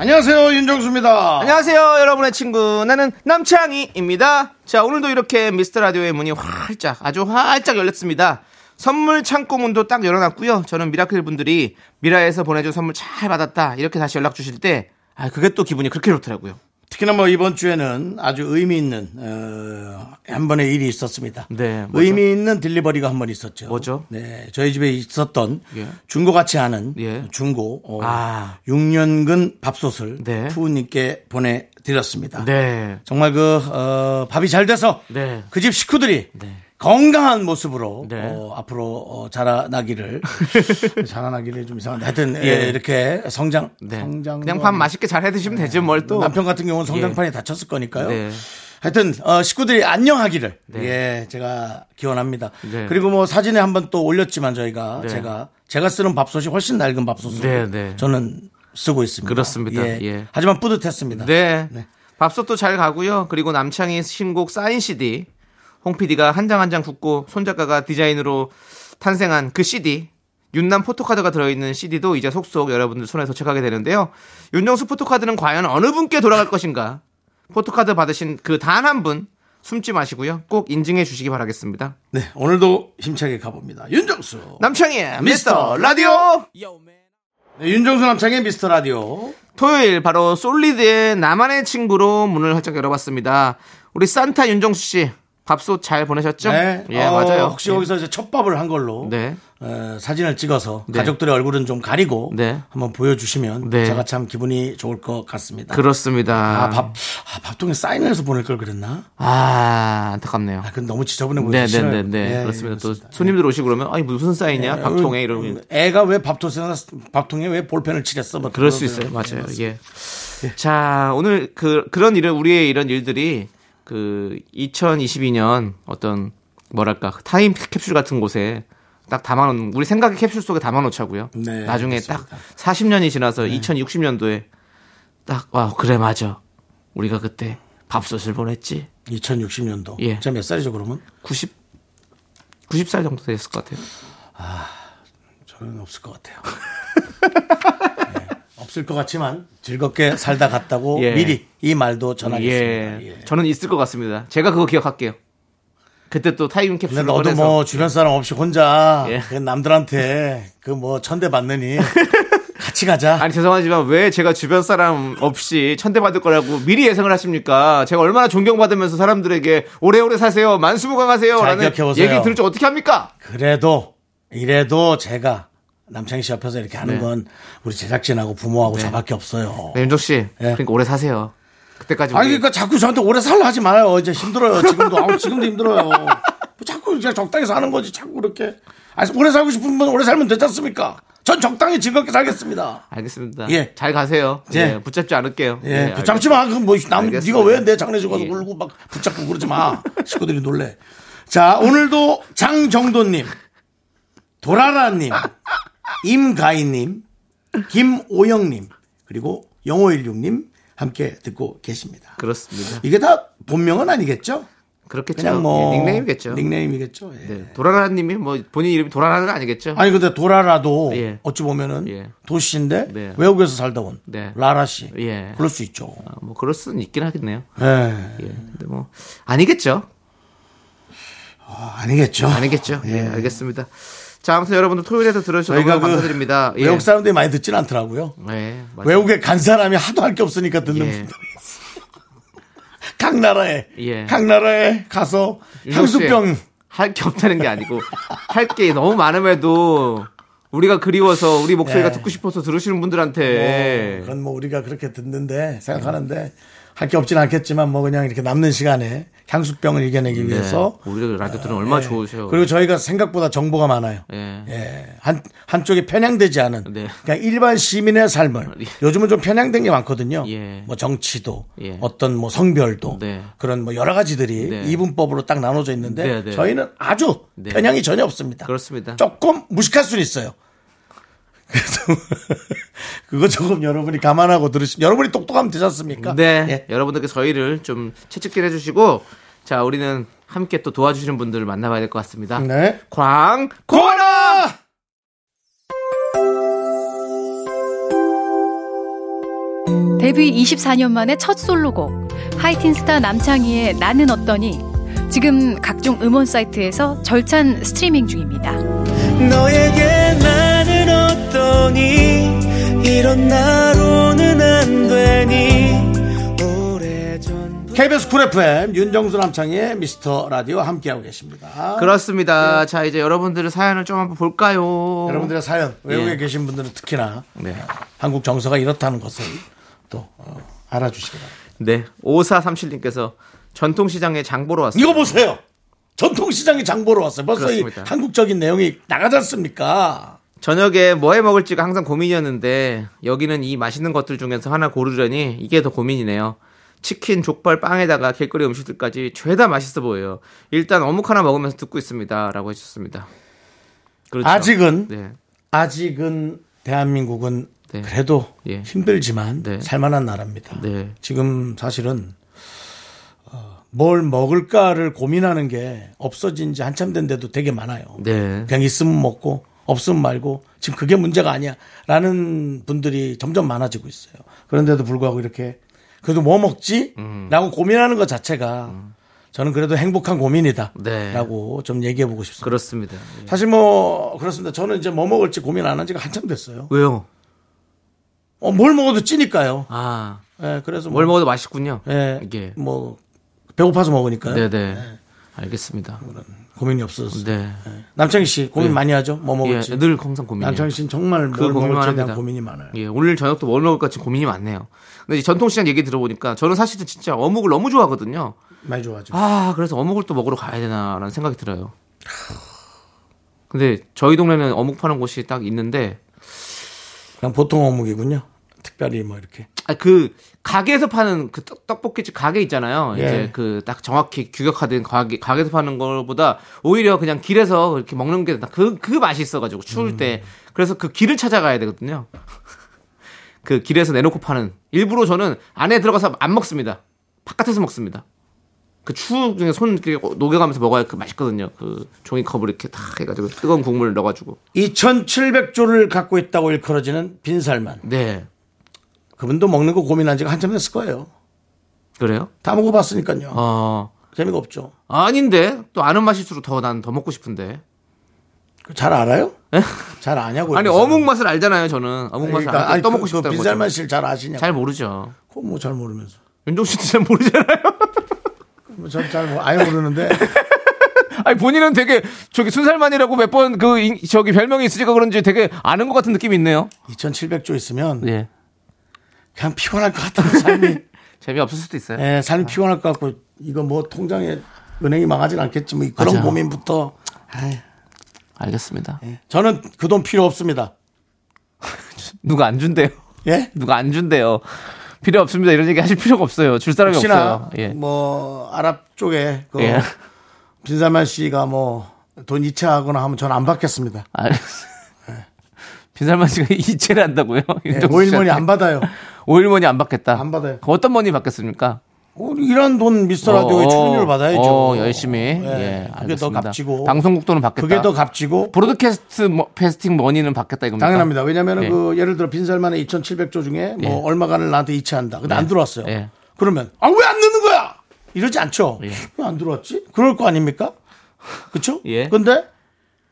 안녕하세요 윤정수입니다. 안녕하세요, 여러분의 친구. 나는 남창희입니다. 자, 오늘도 이렇게 미스터 라디오의 문이 활짝, 아주 활짝 열렸습니다. 선물 창고 문도 딱 열어놨고요. 저는 미라클 분들이 미라에서 보내준 선물 잘 받았다. 이렇게 다시 연락 주실 때, 아, 그게 또 기분이 그렇게 좋더라고요. 특히나 뭐 이번 주에는 아주 의미 있는 어, 한 번의 일이 있었습니다. 네, 뭐죠? 의미 있는 딜리버리가 한 번 있었죠. 뭐죠? 네, 저희 집에 있었던 예. 중고 같이 하는 예. 중고 어, 아. 6년근 밥솥을 네. 푸우님께 보내드렸습니다. 네. 정말 그 어, 밥이 잘 돼서 네. 그 집 식구들이 건강한 모습으로 네. 어, 앞으로 어, 자라나기를 자라나기를 좀 이상한데 하여튼 예. 예, 이렇게 성장 네. 성장 그냥 밥 맛있게 잘 해드시면 되죠, 뭘 또. 예. 남편 같은 경우는 성장판이 다쳤을 거니까요. 네. 하여튼 어, 식구들이 안녕하기를 네. 예 제가 기원합니다. 네. 그리고 뭐 사진에 한번 또 올렸지만 저희가 네. 제가 제가 쓰는 밥솥이 훨씬 낡은 밥솥으로 네, 네. 저는 쓰고 있습니다. 그렇습니다. 예. 하지만 뿌듯했습니다. 네. 네. 밥솥도 잘 가고요. 그리고 남창희 신곡 사인 CD. 홍 PD가 한 장 한 장 굽고 손 작가가 디자인으로 탄생한 그 CD. 윤남 포토카드가 들어있는 CD도 이제 속속 여러분들 손에 도착하게 되는데요. 윤정수 포토카드는 과연 어느 분께 돌아갈 것인가? 포토카드 받으신 그 단 한 분 숨지 마시고요. 꼭 인증해 주시기 바라겠습니다. 네, 오늘도 힘차게 가봅니다. 윤정수. 미스터 남창희의 미스터 라디오! 네, 윤정수 남창의 미스터 라디오. 토요일 바로 솔리드의 나만의 친구로 문을 활짝 열어봤습니다. 우리 산타 윤정수 씨 밥솥 잘 보내셨죠? 네. 예 어, 맞아요. 혹시 예. 여기서 이제 첫밥을 한 걸로 네. 어, 사진을 찍어서 네. 가족들의 얼굴은 좀 가리고 네. 한번 보여주시면 네. 제가 참 기분이 좋을 것 같습니다. 그렇습니다. 아, 밥, 아, 밥통에 사인을 해서 보낼 걸 그랬나? 아, 안타깝네요. 아, 그건 너무 지저분해 보이죠. 네네네네 예, 그렇습니다. 또 손님들 오시고 그러면 아니 무슨 사이냐 음, 밥통에 이러고 어, 애가 왜 밥통에, 밥통에 왜 볼펜을 칠했어? 뭐 그럴 그런 수 있어요. 생각. 맞아요. 예. 자, 오늘 그 그런 일은 우리의 이런 일들이 그 2022년 어떤 뭐랄까 그 타임 캡슐 같은 곳에 딱 담아놓는 우리 생각의 캡슐 속에 담아놓자고요. 네, 나중에 알겠습니다. 네. 딱 40년이 지나서 2060년도에 딱 와 그래 맞아 우리가 그때 밥솥을 보냈지 2060년도. 예. 제가 몇 살이죠, 그러면? 90 90살 정도 됐을 것 같아요. 저는 없을 것 같아요. 네, 없을 것 같지만 즐겁게 살다 갔다고 예. 미리 이 말도 전하겠습니다. 예. 예. 저는 있을 것 같습니다. 제가 그거 기억할게요. 그때 또 타임 근데 캡슐을 너도 꺼내서 뭐 주변 사람 없이 혼자 예. 그 남들한테 그 뭐 천대 받느니 같이 가자. 아니 죄송하지만 왜 제가 주변 사람 없이 천대받을 거라고 미리 예상을 하십니까? 제가 얼마나 존경받으면서 사람들에게 오래오래 사세요, 만수무강하세요 잘 라는 기억해보세요. 얘기 들을 줄 어떻게 합니까? 그래도 이래도 제가 남창희 씨 옆에서 이렇게 하는 네. 건 우리 제작진하고 부모하고 저밖에 없어요. 네, 윤정 씨, 예. 그러니까 오래 사세요. 그때까지 아니 우리- 그러니까 자꾸 저한테 오래 살라 하지 말아요. 이제 힘들어요. 지금도 아우, 지금도 힘들어요. 뭐 자꾸 이제 적당히 사는 거지. 자꾸 그렇게. 아니 오래 살고 싶은 분 오래 살면 되지 않습니까? 전 적당히 즐겁게 살겠습니다. 알겠습니다. 예. 잘 가세요. 예. 예, 붙잡지 않을게요. 예, 예, 붙잡지 마. 그럼 뭐, 남, 알겠습니다. 네가 왜 내 장례식 가서 예. 울고 막 붙잡고 그러지 마. 식구들이 놀래. 자, 오늘도 장정도님, 도라라님, 임가희님, 김오영님, 그리고 0516님 함께 듣고 계십니다. 그렇습니다. 이게 다 본명은 아니겠죠? 그렇겠죠. 그냥 뭐 예, 닉네임이겠죠. 닉네임이겠죠. 예. 네, 도라라님이 뭐 본인 이름이 도라라는 아니겠죠? 아니 근데 도라라도 예. 어찌 보면은 예. 도시인데 네. 외국에서 살다 온 네. 라라 씨. 예. 그럴 수 있죠. 아, 뭐 그럴 수는 있긴 하겠네요. 예. 예, 근데 뭐 아니겠죠. 아니겠죠. 아니겠죠? 예, 알겠습니다. 자, 아무튼 여러분들 토요일에도 들어주셔서 저희가 너무 그 감사드립니다. 예. 외국 사람들이 많이 듣진 않더라고요. 예, 맞아요. 외국에 간 사람이 하도 할 게 없으니까 듣는 예. 분들이 있어요. 각 나라에 예. 각 나라에 가서 윤정수 씨, 향수병 할게 없다는 게 아니고 할 게 너무 많음에도 우리가 그리워서 우리 목소리가 예. 듣고 싶어서 들으시는 분들한테 예. 그건 뭐 우리가 그렇게 듣는데 생각하는데 할 게 없진 않겠지만 뭐 그냥 이렇게 뭐 남는 시간에 향수병을 이겨내기 위해서. 예. 우리 네. 라디오 들은 얼마나 좋으세요. 그리고 저희가 생각보다 정보가 많아요. 예. 예, 한, 한쪽에 편향되지 않은 네. 그냥 일반 시민의 삶을 예. 요즘은 좀 편향된 게 많거든요. 예. 뭐 정치도 예. 어떤 뭐 성별도 네. 그런 뭐 여러 가지들이 네. 이분법으로 딱 나눠져 있는데 네, 네. 저희는 아주 네. 편향이 전혀 없습니다. 그렇습니다. 조금 무식할 수는 있어요. 그래서 그거 조금 여러분이 감안하고 들으시면 여러분이 똑똑하면 되지 않습니까? 네. 예. 여러분들께 저희를 좀 채찍질 해주시고, 자, 우리는 함께 또 도와주시는 분들을 만나봐야 될 것 같습니다. 네. 광, 고마워! 데뷔 24년 만에 첫 솔로곡 하이틴스타 남창희의 나는 어떠니 지금 각종 음원 사이트에서 절찬 스트리밍 중입니다. 너에게 나는 어떠니 이런 나로는 안 되니 오래전 KBS 쿨 FM 윤정수 남창의 미스터 라디오 함께하고 계십니다. 그렇습니다. 자, 이제 여러분들의 사연을 좀 한번 볼까요? 네. 여러분들의 사연 외국에 예. 계신 분들은 특히나 네. 한국 정서가 이렇다는 것을 또 어, 알아주시기 바랍니다. 네. 5437님께서 전통시장에 장 보러 왔어요. 이거 보세요. 전통시장에 장 보러 왔어요. 벌써 이 그렇습니다. 한국적인 내용이 나가지 않습니까? 저녁에 뭐 해 먹을지가 항상 고민이었는데 여기는 이 맛있는 것들 중에서 하나 고르려니 이게 더 고민이네요. 치킨, 족발, 빵에다가 길거리 음식들까지 죄다 맛있어 보여요. 일단 어묵 하나 먹으면서 듣고 있습니다라고 해주셨습니다. 그렇죠. 아직은 네. 아직은 대한민국은 네. 그래도 예. 힘들지만 네. 살만한 나라입니다. 네. 지금 사실은 어, 뭘 먹을까를 고민하는 게 없어진 지 한참 된데도 되게 많아요. 네. 그냥 있으면 먹고 없으면 말고 지금 그게 문제가 아니야라는 분들이 점점 많아지고 있어요. 그런데도 불구하고 이렇게 그래도 뭐 음. 먹지라고 고민하는 것 자체가 저는 그래도 행복한 네. 고민이다라고 좀 얘기해 보고 싶습니다. 그렇습니다. 예. 사실 뭐 그렇습니다. 저는 이제 뭐 먹을지 고민 안 한 지가 한참 됐어요. 왜요? 어, 뭘 먹어도 찌니까요. 아, 예, 그래서 뭘 뭐, 먹어도 맛있군요. 예, 이게. 뭐 배고파서 먹으니까요. 네네. 알겠습니다. 고민이 없어졌어요. 네. 남창희 씨 고민 예. 많이 하죠. 뭐 예, 먹을지. 늘 항상 고민이에요. 남창희 씨는 정말 뭘 그 먹을지에 고민만 대한 합니다. 고민이 많아요. 예, 오늘 저녁도 뭘 먹을까 지금 고민이 많네요. 근데 이 전통시장 얘기 들어보니까 저는 사실은 진짜 어묵을 너무 좋아하거든요. 많이 좋아하죠. 아, 그래서 어묵을 또 먹으러 가야 되나라는 생각이 들어요. 근데 저희 동네는 어묵 파는 곳이 딱 있는데, 그냥 보통 어묵이군요. 특별히 뭐 이렇게. 아, 그, 가게에서 파는 그 떡, 볶이집 가게 있잖아요. 예. 이제 그 딱 정확히 규격화된 가게, 가게에서 파는 거보다 오히려 그냥 길에서 이렇게 먹는 게 그, 그 맛이 있어가지고 추울 때. 그래서 그 길을 찾아가야 되거든요. 그 길에서 내놓고 파는. 일부러 저는 안에 들어가서 안 먹습니다. 바깥에서 먹습니다. 그 추운 중에 손 이렇게 녹여가면서 먹어야 그 맛있거든요. 그 종이컵을 이렇게 탁 해가지고 뜨거운 국물을 넣어가지고. 2,700조를 갖고 있다고 일컬어지는 빈살만. 네. 그분도 먹는 거 고민한 지가 한참 됐을 거예요. 그래요? 다 먹어봤으니까요. 어. 재미가 없죠. 아닌데? 또 아는 맛일수록 더 난 더 먹고 싶은데. 그거 잘 알아요? 에? 잘 아냐고요. 아니 빈살만. 어묵 맛을 알잖아요 저는 어묵 맛을 그러니까, 안 아니, 떠먹고 그- 싶다는 그 거죠 빈살만 씨를 잘 아시냐고. 잘 모르죠 그건 뭐잘 모르면서. 뭐 윤종 씨도 잘 모르잖아요 전잘 아예 모르는데 아니 본인은 되게 저기 순살만이라고 몇 번 그 저기 별명이 있으니까 그런지 되게 아는 것 같은 느낌이 있네요 2,700조 있으면 예 그냥 피곤할 것 같다는 삶이. 재미없을 수도 있어요 예, 삶이 피곤할 것 같고 이거 뭐 통장에 은행이 망하진 않겠지 뭐 그런 맞아요. 고민부터. 아이, 알겠습니다 저는 그 돈 필요 없습니다. 누가 안 준대요 예? 누가 안 준대요 필요 없습니다 이런 얘기 하실 필요가 없어요 줄 사람이 혹시나 없어요 예. 뭐 아랍 쪽에 그 예. 빈살만 씨가 뭐 돈 이체하거나 하면 저는 안 받겠습니다. 알겠어요 빈살만 씨가 이체를 한다고요 예, 윤종신 오일머니 씨한테? 안 받아요. 오일머니 안 받겠다 안 받아요. 그 어떤 머니 받겠습니까 어, 이런 돈 미스터 라디오에 어, 출연료를 받아야죠. 어, 열심히. 예, 그게 더 알겠습니다. 값지고 방송국 돈은 받겠다. 그게 더 값지고 브로드캐스트 뭐, 페스팅 머니는 받겠다 이겁니다. 당연합니다. 왜냐하면 예. 그 예를 들어 빈살만의 2,700조 중에 뭐 예. 얼마간을 나한테 이체한다. 근데 안 들어왔어요. 예. 그러면 아 왜 안 넣는 거야? 이러지 않죠. 예. 왜 안 들어왔지? 그럴 거 아닙니까? 그렇죠? 예. 어. 근데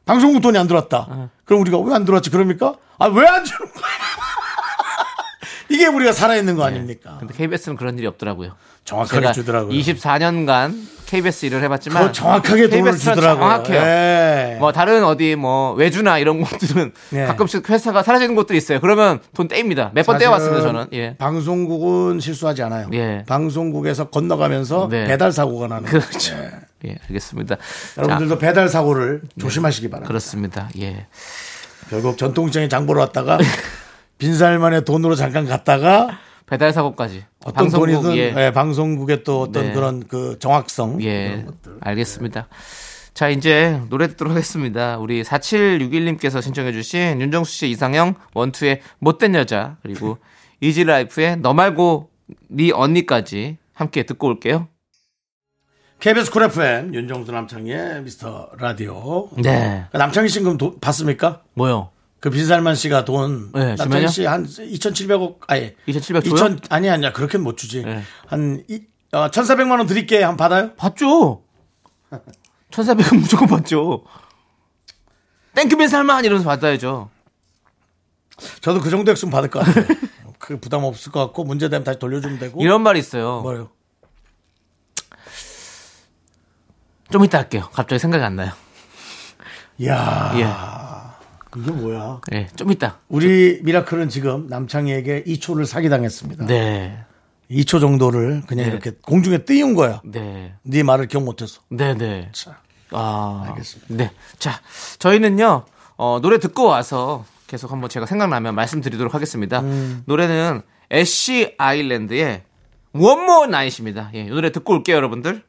방송국 돈이 안 들어왔다. 그럼 우리가 왜 안 들어왔지? 그럽니까? 아 왜 안 주는 거야? 이게 우리가 살아있는 거 아닙니까? 예. 근데 KBS는 그런 일이 없더라고요. 정확하게 제가 주더라고요. 24년간 KBS 일을 해봤지만 그거 정확하게 돈을 KBS 는 주더라고요. 정확해요. 예. 뭐 다른 어디 뭐 외주나 이런 곳들은 네. 가끔씩 회사가 사라지는 곳들이 있어요. 그러면 돈 떼입니다. 몇 번 사실은 떼어왔습니다 저는. 예. 방송국은 실수하지 않아요. 예. 방송국에서 건너가면서 네. 배달 사고가 나는 거죠. 그렇죠. 예. 예, 알겠습니다. 자, 네. 여러분들도 배달 사고를 조심하시기 바랍니다. 그렇습니다. 예. 결국 전통시장에 장 보러 왔다가 빈살만의 돈으로 잠깐 갔다가 배달 사고까지. 어떤 돈이든 예. 예, 방송국의 또 어떤 네. 그런 그 정확성 예. 알겠습니다. 자, 이제 노래 듣도록 하겠습니다. 우리 4761님께서 신청해주신 윤정수 씨 이상형 원투의 못된 여자 그리고 이지라이프의 너 말고 네 언니까지 함께 듣고 올게요. KBS 쿨 FM 윤정수 남창희의 미스터 라디오 네. 남창희 씨는 그럼 돈 봤습니까? 뭐요? 그 빈살만 씨가 돈 네, 남창희 주면요? 씨한 2,700억 아예 2,700 줘요? 2000 아니 아니야 그렇게 못 주지 네. 한 이, 어, 1,400만 원 드릴게 한 받아요? 봤죠. 1400은 무조건 봤죠. 땡큐빈 살만 이러면서 받아야죠. 저도 그 정도 액수면 받을 것 같아요. 그 부담 없을 것 같고 문제 되면 다시 돌려주면 되고 이런 말이 있어요. 뭐요? 좀 이따 할게요. 갑자기 생각이 안 나요. 야 예. 이게 뭐야? 예, 좀 이따. 우리 미라클은 지금 남창희에게 2초를 사기당했습니다. 네. 2초 정도를 그냥 네. 이렇게 공중에 띄운 거야. 네. 네 말을 기억 못해서. 네, 네. 자, 아, 알겠습니다. 네. 자, 저희는요, 어, 노래 듣고 와서 계속 한번 제가 생각나면 말씀드리도록 하겠습니다. 음. 노래는 애쉬 아일랜드의 원모 나잇입니다. 예, 이 노래 듣고 올게요, 여러분들.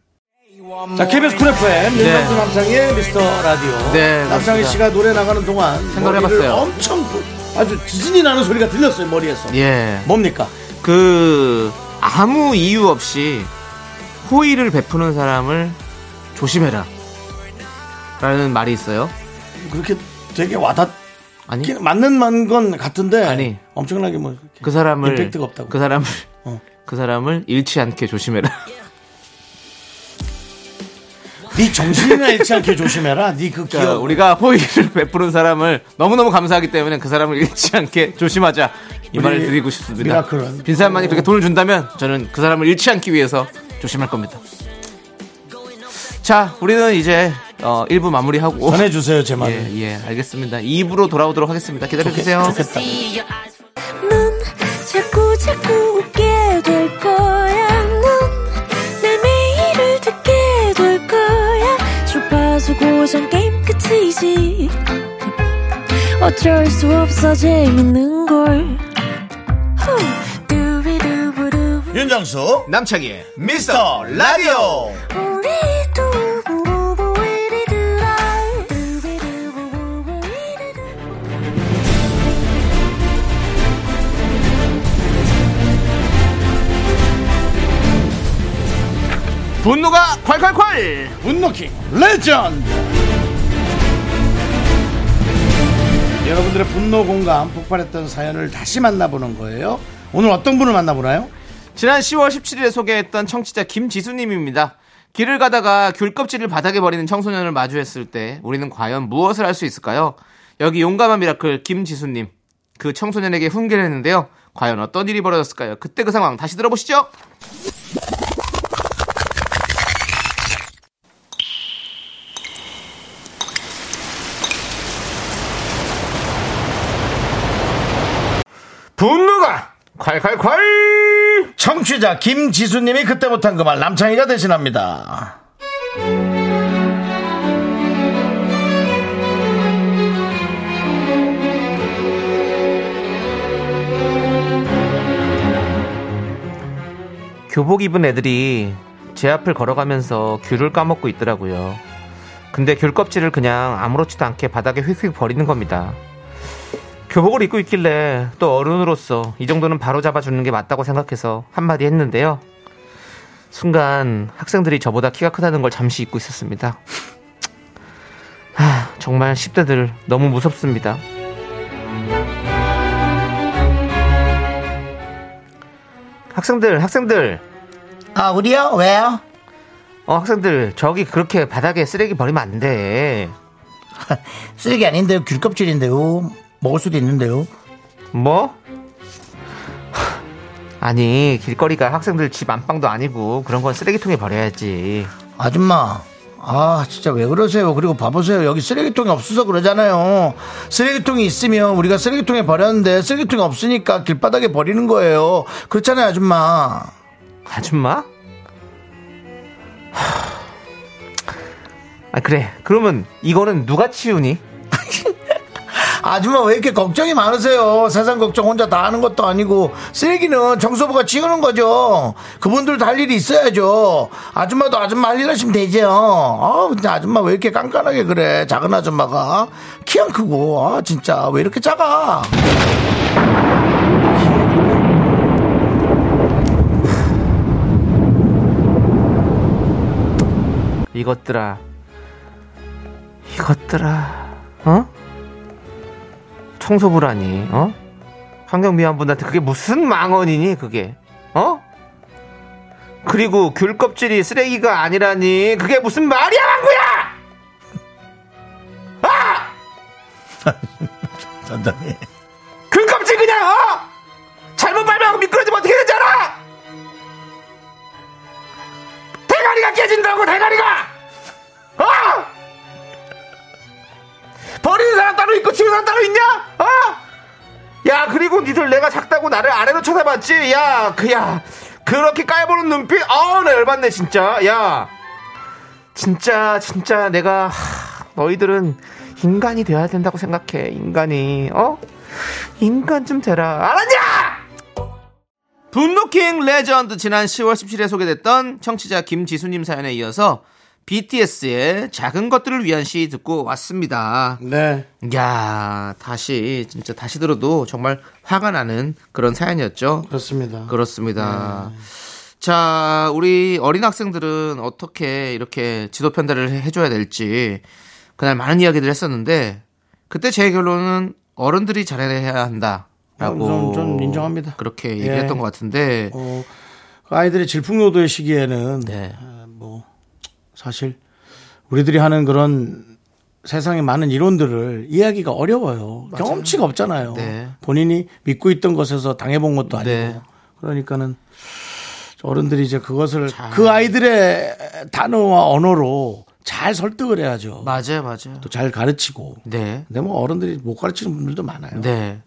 자 KBS 쿨 FM 윤정수 네. 남창희의 미스터 라디오. 네, 남창희 맞습니다. 씨가 노래 나가는 동안 생각을 머리를 해봤어요. 엄청 부- 아주 지진이 나는 소리가 들렸어요 머리에서. 예. 뭡니까? 그, 아무 이유 없이 호의를 베푸는 사람을 조심해라. 라는 말이 있어요. 그렇게 되게 와닿. 아니, 맞는 만 건 같은데 아니. 엄청나게 뭐 이렇게 그 사람을. 임팩트가 없다고. 그 사람을. 어. 그 사람을 잃지 않게 조심해라. 네 정신이나 잃지 않게 조심해라. 네 그 그러니까 기억. 우리가 호의를 베푸는 사람을 너무너무 감사하기 때문에 그 사람을 잃지 않게 조심하자 이 우리 말을 드리고 싶습니다. 미라클은 빈사만이 그렇게 돈을 준다면 저는 그 사람을 잃지 않기 위해서 조심할 겁니다. 자, 우리는 이제 어, 1부 마무리하고 전해주세요 제 말을. 예, 예, 알겠습니다. 2부로 돌아오도록 하겠습니다. 기다려주세요. 좋겠다. 넌 자꾸 자꾸 웃게 될 거야. 넌내 매일을 듣게 될 거야. 주파수 고정 게임 끝이지. 어쩔 수 없어 재밌는 걸. 후. 두비두부두. 윤정수 남창희의 미스터 라디오. 우리 두부부부 우리 두라. 두비두부부부 우리 두라. 분노가 콸콸콸! 분노킹 레전드 여러분들의 분노 공감 폭발했던 사연을 다시 만나보는 거예요 오늘 어떤 분을 만나보나요? 지난 10월 17일에 소개했던 청취자 김지수님입니다. 길을 가다가 귤 껍질을 바닥에 버리는 청소년을 마주했을 때 우리는 과연 무엇을 할 수 있을까요? 여기 용감한 미라클 김지수님. 그 청소년에게 훈계를 했는데요. 과연 어떤 일이 벌어졌을까요? 그때 그 상황 다시 들어보시죠. 분노가 콸콸콸! 청취자 김지수님이 그때 못한 그 말 남창희가 대신합니다 교복 입은 애들이 제 앞을 걸어가면서 귤을 까먹고 있더라고요. 근데 귤 껍질을 그냥 아무렇지도 않게 바닥에 휙휙 버리는 겁니다. 교복을 입고 있길래 또 어른으로서 이 정도는 바로 잡아주는 게 맞다고 생각해서 한마디 했는데요. 순간 학생들이 저보다 키가 크다는 걸 잠시 잊고 있었습니다. 하, 정말 10대들 너무 무섭습니다. 학생들, 학생들! 아 우리요? 왜요? 어, 학생들, 저기 그렇게 바닥에 쓰레기 버리면 안 돼. 쓰레기 아닌데요 귤껍질인데요 먹을 수도 있는데요 뭐? 아니 길거리가 학생들 집 안방도 아니고 그런 건 쓰레기통에 버려야지. 아줌마, 아, 진짜 왜 그러세요? 그리고 봐보세요. 여기 쓰레기통이 없어서 그러잖아요. 쓰레기통이 있으면 우리가 쓰레기통에 버렸는데 쓰레기통이 없으니까 길바닥에 버리는 거예요. 그렇잖아요, 아줌마. 아줌마? 하... 아 그래. 그러면 이거는 누가 치우니? 아줌마 왜 이렇게 걱정이 많으세요? 세상 걱정 혼자 다 하는 것도 아니고 쓰레기는 정서부가 치우는 거죠. 그분들도 할 일이 있어야죠. 아줌마도 아줌마 할 일 하시면 되죠. 아, 근데 아줌마 왜 이렇게 깐깐하게 그래? 작은 아줌마가 키 안 크고 아 진짜 왜 이렇게 작아? 이것들아. 이것들아. 어? 청소부라니. 어? 환경미화분한테 그게 무슨 망언이니 그게. 어? 그리고 귤 껍질이 쓰레기가 아니라니 그게 무슨 말이야 망구야! 아! 단단해. 귤 껍질 그냥 어? 잘못 발명하고 미끄러지면 어떻게 되지 알아? 대가리가 깨진다고 대가리가 어? 버리는 사람 따로 있고 치우는 사람 따로 있냐? 어? 야 그리고 니들 내가 작다고 나를 아래로 쳐다봤지? 야 그야 그렇게 까여보는 눈빛 어, 아나 열받네 진짜 야 진짜 진짜 내가 하, 너희들은 인간이 돼야 된다고 생각해 인간이 어? 인간 좀 되라 알았냐? 분노킹 레전드 지난 10월 17일에 소개됐던 청취자 김지수님 사연에 이어서 BTS의 작은 것들을 위한 시 듣고 왔습니다. 네. 야 다시 진짜 다시 들어도 정말 화가 나는 그런 사연이었죠. 그렇습니다. 네. 그렇습니다. 자, 우리 어린 학생들은 어떻게 이렇게 지도 편달을 해- 해줘야 될지 그날 많은 이야기들 했었는데 그때 제 결론은 어른들이 잘해야 한다라고 좀- 좀 인정합니다. 그렇게 예. 얘기했던 것 같은데 어, 그 아이들이 질풍노도의 시기에는 네. 아, 뭐 사실 우리들이 하는 그런 세상의 많은 이론들을 이해하기가 어려워요. 경험치가 없잖아요. 네. 본인이 믿고 있던 것에서 당해본 것도 아니고 네. 그러니까는 어른들이 이제 그것을 그 아이들의 단어와 언어로 잘 설득을 해야죠. 맞아요, 맞아요. 또 잘 가르치고. 네. 근데 뭐 어른들이 못 가르치는 분들도 많아요. 네.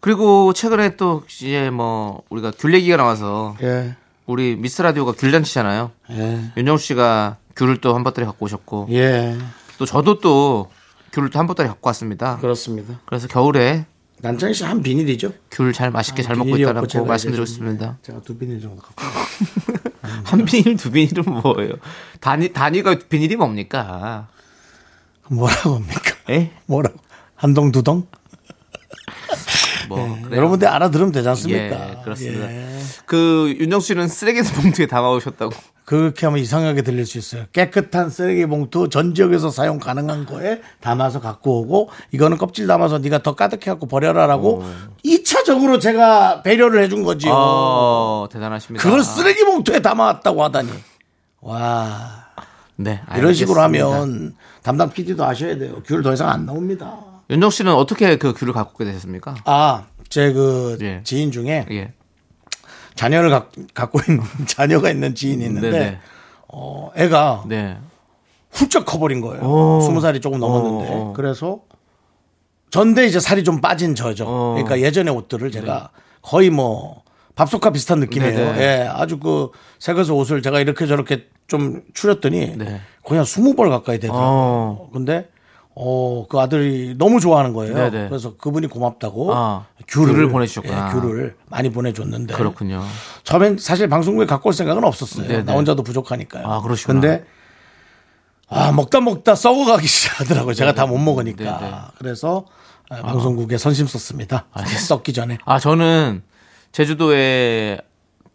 그리고 최근에 또 이제 뭐 우리가 귤 얘기가 나와서 예. 우리 미스 라디오가 귤잔치잖아요. 예. 윤정 씨가 귤을 또 한 버터리 갖고 오셨고 예. 또 저도 또 귤을 또 한 버터리 갖고 왔습니다. 그렇습니다. 그래서 겨울에 난창희 씨 한 비닐이죠? 귤 잘 맛있게 잘 먹고 아, 비닐이 없고 있다라고 제가 말씀드리고 이제 좀- 싶습니다. 제가 두 비닐 정도 갖고 한 비닐, 두 비닐은 뭐예요? 단위, 단위가 비닐이 뭡니까? 뭐라고 합니까? 에? 뭐라고? 한동 두동? 예, 뭐, 그래요. 여러분들 알아들으면 되지 않습니까? 예, 그렇습니다. 예. 그, 윤정수 씨는 쓰레기 봉투에 담아오셨다고. 그렇게 하면 이상하게 들릴 수 있어요. 깨끗한 쓰레기 봉투 전 지역에서 사용 가능한 거에 담아서 갖고 오고 이거는 껍질 담아서 네가 더 가득해 갖고 버려라라고 2차적으로 제가 배려를 해준 거지요. 어, 대단하십니다. 그걸 쓰레기 봉투에 담아왔다고 하다니. 와 네. 이런 식으로 알겠습니다. 하면 담당 PD도 아셔야 돼요. 귤 더 이상 안 나옵니다. 윤정 씨는 어떻게 그 귤을 갖고 오게 되셨습니까? 아 제 그 예. 지인 중에 예. 자녀를 가, 갖고 있는 자녀가 있는 지인이 있는데 네네. 어, 애가 네. 훌쩍 커버린 거예요. 오. 스무 살이 조금 넘었는데 오, 오. 그래서 전데 이제 살이 좀 빠진 저죠. 어. 네. 그러니까 예전의 옷들을 제가 거의 뭐 밥솥과 비슷한 느낌이에요. 네네. 예, 아주 그 색에서 옷을 제가 이렇게 저렇게 좀 추렸더니 네. 거의 한 스무 벌 가까이 되더라고요. 어. 근데 어, 그 아들이 너무 좋아하는 거예요. 네네. 그래서 그분이 고맙다고 아, 귤을, 귤을 보내주셨구나. 예, 귤을 많이 보내줬는데 그렇군요. 처음엔 사실 방송국에 갖고 올 생각은 없었어요. 네네. 나 혼자도 부족하니까요. 아, 그러시구나. 근데 아 먹다 먹다 썩어가기 시작하더라고요. 제가 다 못 먹으니까. 네네. 그래서 아, 방송국에 선심 썼습니다. 썩기 전에. 아, 저는 제주도에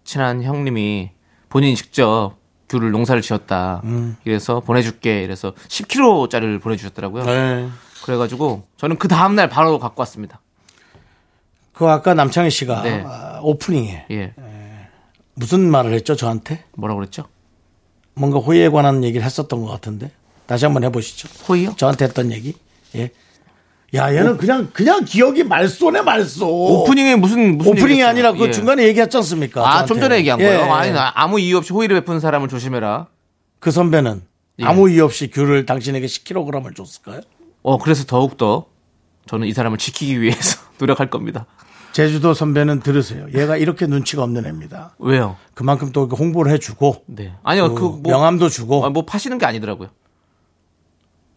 친한 형님이 본인이 직접 귤을 농사를 지었다. 음. 이래서 보내줄게. 이래서 10kg짜리를 보내주셨더라고요. 네. 그래가지고 저는 그 다음날 바로 갖고 왔습니다. 그 아까 남창희 씨가 네. 아, 오프닝에 예. 무슨 말을 했죠 저한테? 뭐라고 그랬죠? 뭔가 호의에 관한 얘기를 했었던 것 같은데 다시 한번 해보시죠. 호의요? 저한테 했던 얘기. 예. 야, 얘는 그냥, 그냥 기억이 말소네, 말소. 오프닝에 무슨 무슨 오프닝이 얘기했어요? 아니라 그 예. 중간에 얘기했지 않습니까? 아, 좀 저한테. 전에 얘기한 예, 거예요. 아니, 예. 나 아무 이유 없이 호의를 베푸는 사람을 조심해라. 그 선배는 예. 아무 이유 없이 귤을 당신에게 10kg을 줬을까요? 어, 그래서 더욱더 저는 이 사람을 지키기 위해서 노력할 겁니다. 제주도 선배는 들으세요. 얘가 이렇게 눈치가 없는 애입니다. 왜요? 그만큼 또 홍보를 해주고 네. 아니요, 그, 그 뭐, 명함도 주고 아, 뭐 파시는 게 아니더라고요.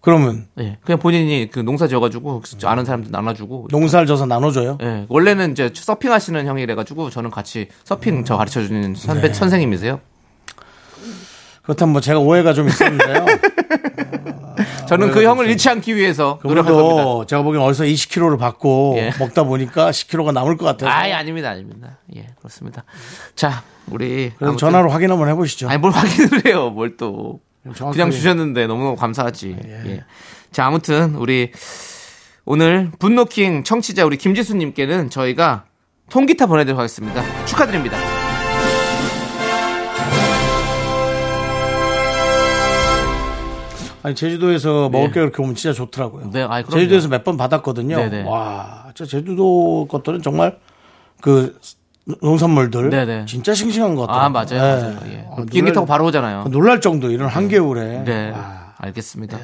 그러면 예. 그냥 본인이 그 농사 지어가지고 음. 아는 사람들 나눠주고. 농사를 져서 나눠줘요. 예. 원래는 이제 서핑하시는 형이래가지고 저는 같이 음. 서핑 저 네. 가르쳐주는 선배, 선생님이세요. 그렇다면 뭐 제가 오해가 좀 있었는데요. 저는 그 형을 잃지 않기 위해서 노력할 겁니다. 네, 그분도 제가 보기엔 어디서 20kg를 받고 예. 먹다 보니까 10kg가 남을 것 같아서 아예 아닙니다, 아닙니다. 예, 그렇습니다. 자, 우리. 그럼 아무튼- 전화로 확인 한번 해보시죠. 아니, 뭘 확인을 해요, 뭘 또. 정확하게. 아, 그냥 주셨는데 너무너무 감사하지. 예. 자, 아무튼 우리 오늘 분노킹 청취자 우리 김지수님께는 저희가 통기타 보내드리도록 하겠습니다. 축하드립니다. 아니 제주도에서 먹을 게 그렇게 오면 진짜 좋더라고요. 예. 네, 아이, 그럼요. 제주도에서 몇 번 받았거든요. 네네. 와, 저 제주도 것들은 정말 그 농산물들 네네. 진짜 싱싱한 것 같아요. 아, 맞아요. 맞아요. 예. 아, 그 비행기 놀랄- 타고 바로 오잖아요. 놀랄 정도 이런 한겨울에 어. 네. 알겠습니다.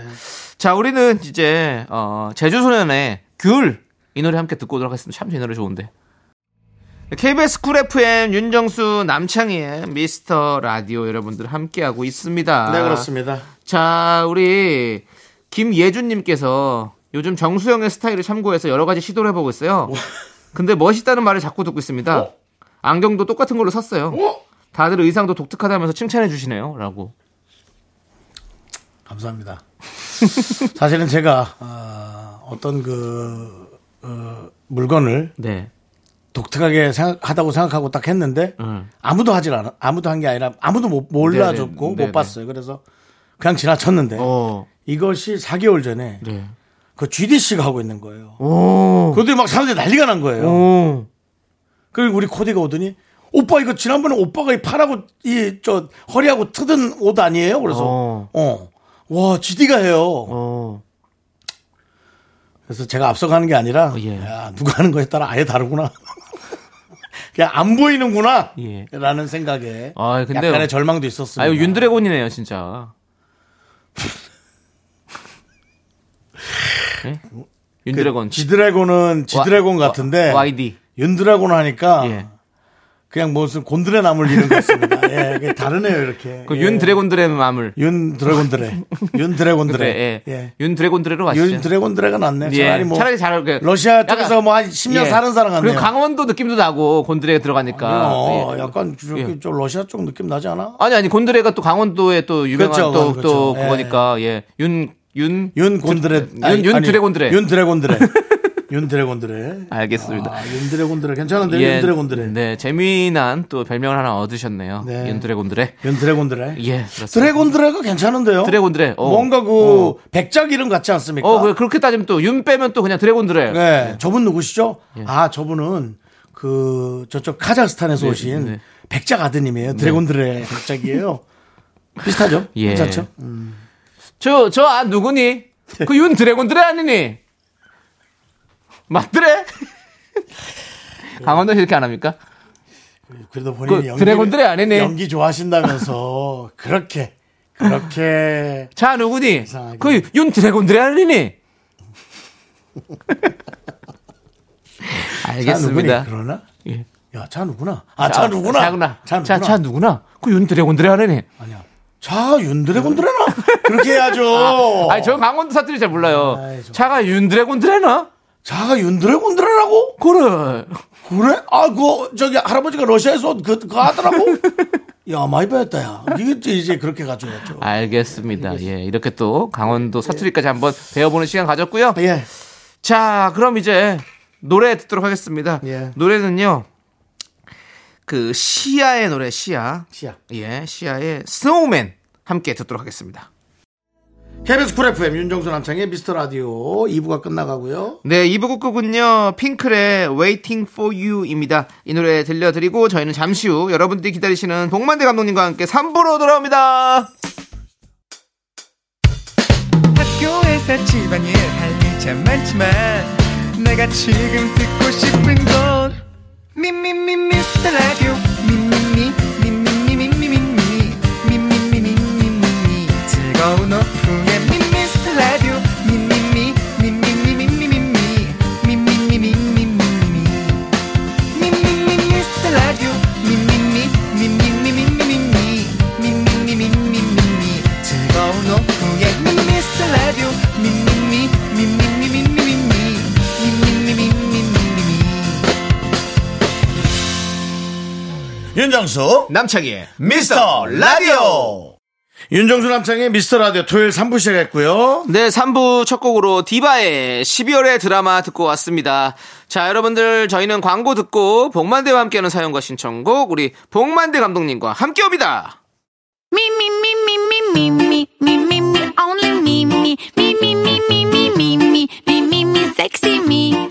자, 우리는 이제, 어, 제주소년의 귤. 이 노래 함께 듣고 오도록 하겠습니다. 참, 이 노래 좋은데. KBS 쿨 FM 윤정수 남창희의 미스터 라디오 여러분들 함께하고 있습니다. 네, 그렇습니다. 자, 우리 김예준님께서 요즘 정수영의 스타일을 참고해서 여러 가지 시도를 해보고 있어요. 근데 멋있다는 말을 자꾸 듣고 있습니다. 안경도 똑같은 걸로 샀어요. 다들 의상도 독특하다면서 칭찬해 주시네요. 라고. 감사합니다. 사실은 제가 아, 어떤 그 어, 물건을 네. 독특하게 생각하다고 생각하고 딱 했는데 음. 아무도 하질 않아 아무도 한 게 아니라 아무도 못 몰라줬고 네네, 네네. 못 봤어요. 그래서 그냥 지나쳤는데 어. 이것이 4개월 전에 네. 그 GDC가 하고 있는 거예요. 오. 그것들이 막 사람들이 난리가 난 거예요. 오. 그리고 우리 코디가 오더니 오빠 이거 지난번에 오빠가 이 팔하고 이 저 허리하고 트든 옷 아니에요? 그래서 어. 어. 와, GD가 해요. 어. 그래서 제가 앞서가는 게 아니라 예. 야, 누가 하는 거에 따라 아예 다르구나. 그냥 안 보이는구나. 예. 라는 생각에 아, 근데- 약간의 절망도 있었습니다. 아유, 윤드래곤이네요, 진짜. 예? 윤드래곤. 그 지드래곤은 지드래곤 같은데 아, YD. 윤드래곤 하니까 예. 그냥 무슨 곤드레 나물 이름 같습니다. 예, 그게 다르네요 이렇게. 그 예. 윤드래곤들의 마음을. 윤드래곤드레, 윤드래곤드레, 네, 예. 예. 윤드래곤드레로 가시죠. 윤드래곤드레가 낫네. 예. 차라리 뭐 차라리 잘 그- 러시아 약간- 쪽에서 뭐 한 10년 예. 사는 사람 같네요. 그리고 강원도 느낌도 나고 곤드레 들어가니까. 어, 예. 약간 저기 예. 좀 러시아 쪽 느낌 나지 않아? 아니 아니 곤드레가 또 강원도에 또 유명한 그렇죠, 또, 그건 또 그렇죠. 그거니까 예. 윤 윤. 윤곤드레, 예, 윤- 윤 드래곤드레. 윤드래곤드레, 윤드래곤드레. 알겠습니다. 아, 윤드래곤드레 괜찮은데 예. 윤드래곤드레. 네 재미난 또 별명을 하나 얻으셨네요. 네. 윤드래곤드레. 윤드래곤드레. 예. 그렇습니다. 드래곤드레가 괜찮은데요. 드래곤드레. 어. 뭔가 그 백작 이름 같지 않습니까? 어 그- 그렇게 따지면 또 윤 빼면 또 그냥 드래곤드레. 네. 저분 누구시죠? 예. 아, 저분은 그 저쪽 카자흐스탄에서 네, 오신 네. 백작 아드님이에요. 드래곤드레 백작이에요. 비슷하죠? 예. 괜찮죠? 음, 저, 저, 아, 누구니? 네. 그 윤 드래곤드레 아니니? 맞드레? 네. 강원도에서 이렇게 안 합니까? 그래도 본인 그 연기 드래곤드레 아니네. 연기 좋아하신다면서 그렇게 그렇게 자, 누구니? 이상하게. 그 윤 드래곤드레 아니니? 자, 누구니? 알겠습니다. 그러나? 예. 야, 자 누구나. 아, 자, 누구나. 자구나. 자, 자, 누구나. 자, 누구나? 그 윤 드래곤드레 아니니? 아니야. 자, 윤드래곤드레나. 그렇게 해야죠. 아니, 저 강원도 사투리 잘 몰라요. 어. 아이, 저- 차가 윤 드래곤드레나? 자가 윤드래곤드레라고? 그래. 그래? 아, 그, 저기, 할아버지가 러시아에서 온 그, 그 하더라고? 야, 많이 배웠다, 야. 이게 이제 그렇게 가져야죠. 알겠습니다. 네, 예, 이렇게 또 강원도 사투리까지 한번 배워보는 시간 가졌고요. 예. 자, 그럼 이제 노래 듣도록 하겠습니다. 예. 노래는요. 그 시아의 노래 시아. 시아. 예, 시아의 스노우맨 함께 듣도록 하겠습니다. KBS 쿨 FM 윤정수 남창의 예, 미스터 라디오 2부가 끝나가고요. 네, 2부 곡곡은요. 핑클의 Waiting for You입니다. 이 노래 들려드리고 저희는 잠시 후 여러분들이 기다리시는 복만대 감독님과 함께 3부로 돌아옵니다. 학교에서 집안일 할 일 참 많지만 내가 지금 듣고 싶은 건 미미미 미스터 라디오 미미미 미미미 미미미 미미미 미미미 미미미 즐거운 오후에 미스터 라디오 미미미 미미미 미미미 미미미 미미미 윤정수 남창희의 미스터 라디오 윤정수 남창의 미스터 라디오 토요일 3부 시작했고요. 네 3부 첫 곡으로 디바의 12월의 드라마 듣고 왔습니다 자 여러분들 저희는 광고 듣고 복만대와 함께하는 사연과 신청곡 우리 복만대 감독님과 함께 옵니다 Me, me, me, me, me, me, me, me, me, me, only me, me, me, me, me, me, me, me, me, me, me, me, sexy me.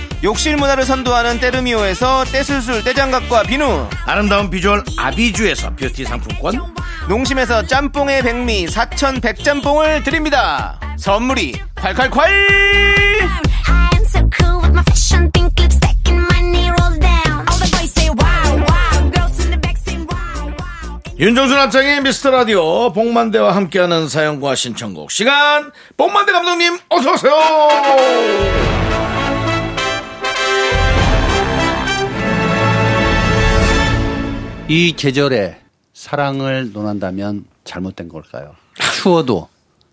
욕실 문화를 선도하는 때르미오에서 떼술술 떼장갑과 비누 아름다운 비주얼 아비주에서 뷰티 상품권. 농심에서 짬뽕의 백미 사천 백짬뽕을 드립니다. 선물이 콸콸콸! I am so cool with my fashion, pink lipstick and my knee rolls down. All the boys say wow, wow. Girls in the back say wow, wow. 윤정수 남창의 미스터 라디오 복만대와 함께하는 사연과 신청곡 시간. 복만대 감독님 어서 오세요. 이 계절에 사랑을 논한다면 잘못된 걸까요? 추워도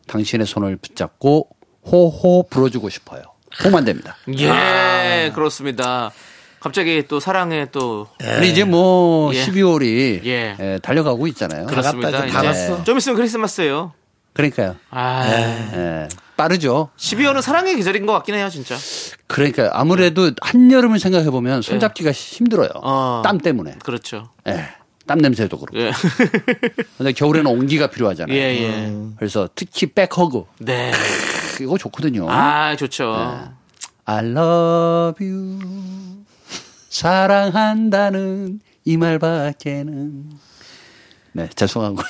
당신의 손을 붙잡고 호호 불어주고 싶어요. 보면 됩니다. 예, 그렇습니다. 갑자기 또 사랑에 또. 근데 이제 뭐 예. 12월이 예. 달려가고 있잖아요. 그렇습니다. 다 이제 갔어. 좀 있으면 크리스마스예요 그러니까요. 아, 예, 빠르죠. 12월은 사랑의 계절인 것 같긴 해요, 진짜. 그러니까 아무래도 한 여름을 생각해 보면 손잡기가 힘들어요. 어. 땀 때문에. 예. 그렇죠. 예, 땀 냄새도 그렇고. 예. 근데 겨울에는 온기가 필요하잖아요. 예, 예. 그래서 특히 백허그 네. 이거 좋거든요. 아, 좋죠. I love you. 사랑한다는 이 말밖에는. 네, 죄송하고요.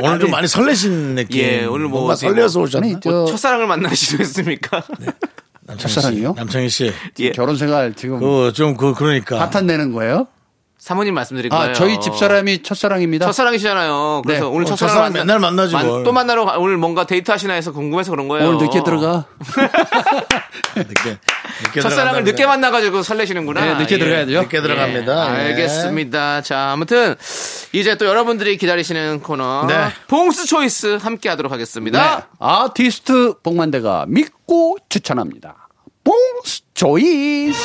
오늘 좀 많이 설레신 느낌. 예, 오늘 뭐 뭔가 어디 설레서 오셨나? 아니, 저뭐 네. 첫사랑을 만나 시도했습니까? 남창희 첫사랑이요? 씨, 남창희 씨, 예. 결혼 생활 지금 그 좀 그 그러니까 파탄 내는 거예요? 사모님 말씀드린 아, 거예요. 저희 집사람이 첫사랑입니다. 첫사랑이시잖아요. 그래서 네. 오늘 어, 첫사랑 첫사랑 맨날 만나지 뭘. 또 만나러 가- 오늘 뭔가 데이트 하시나 해서 궁금해서 그런 거예요. 오늘 늦게 들어가. 늦게, 늦게 첫사랑을 들어간다 늦게 그래요. 만나가지고 설레시는구나. 네, 늦게 예. 들어가야 돼요. 늦게 들어갑니다. 예, 예. 알겠습니다. 자, 아무튼 이제 또 여러분들이 기다리시는 코너 네. 봉수 초이스 함께 하도록 하겠습니다. 네. 아티스트 복만대가 믿고 추천합니다. 봉스 조이스.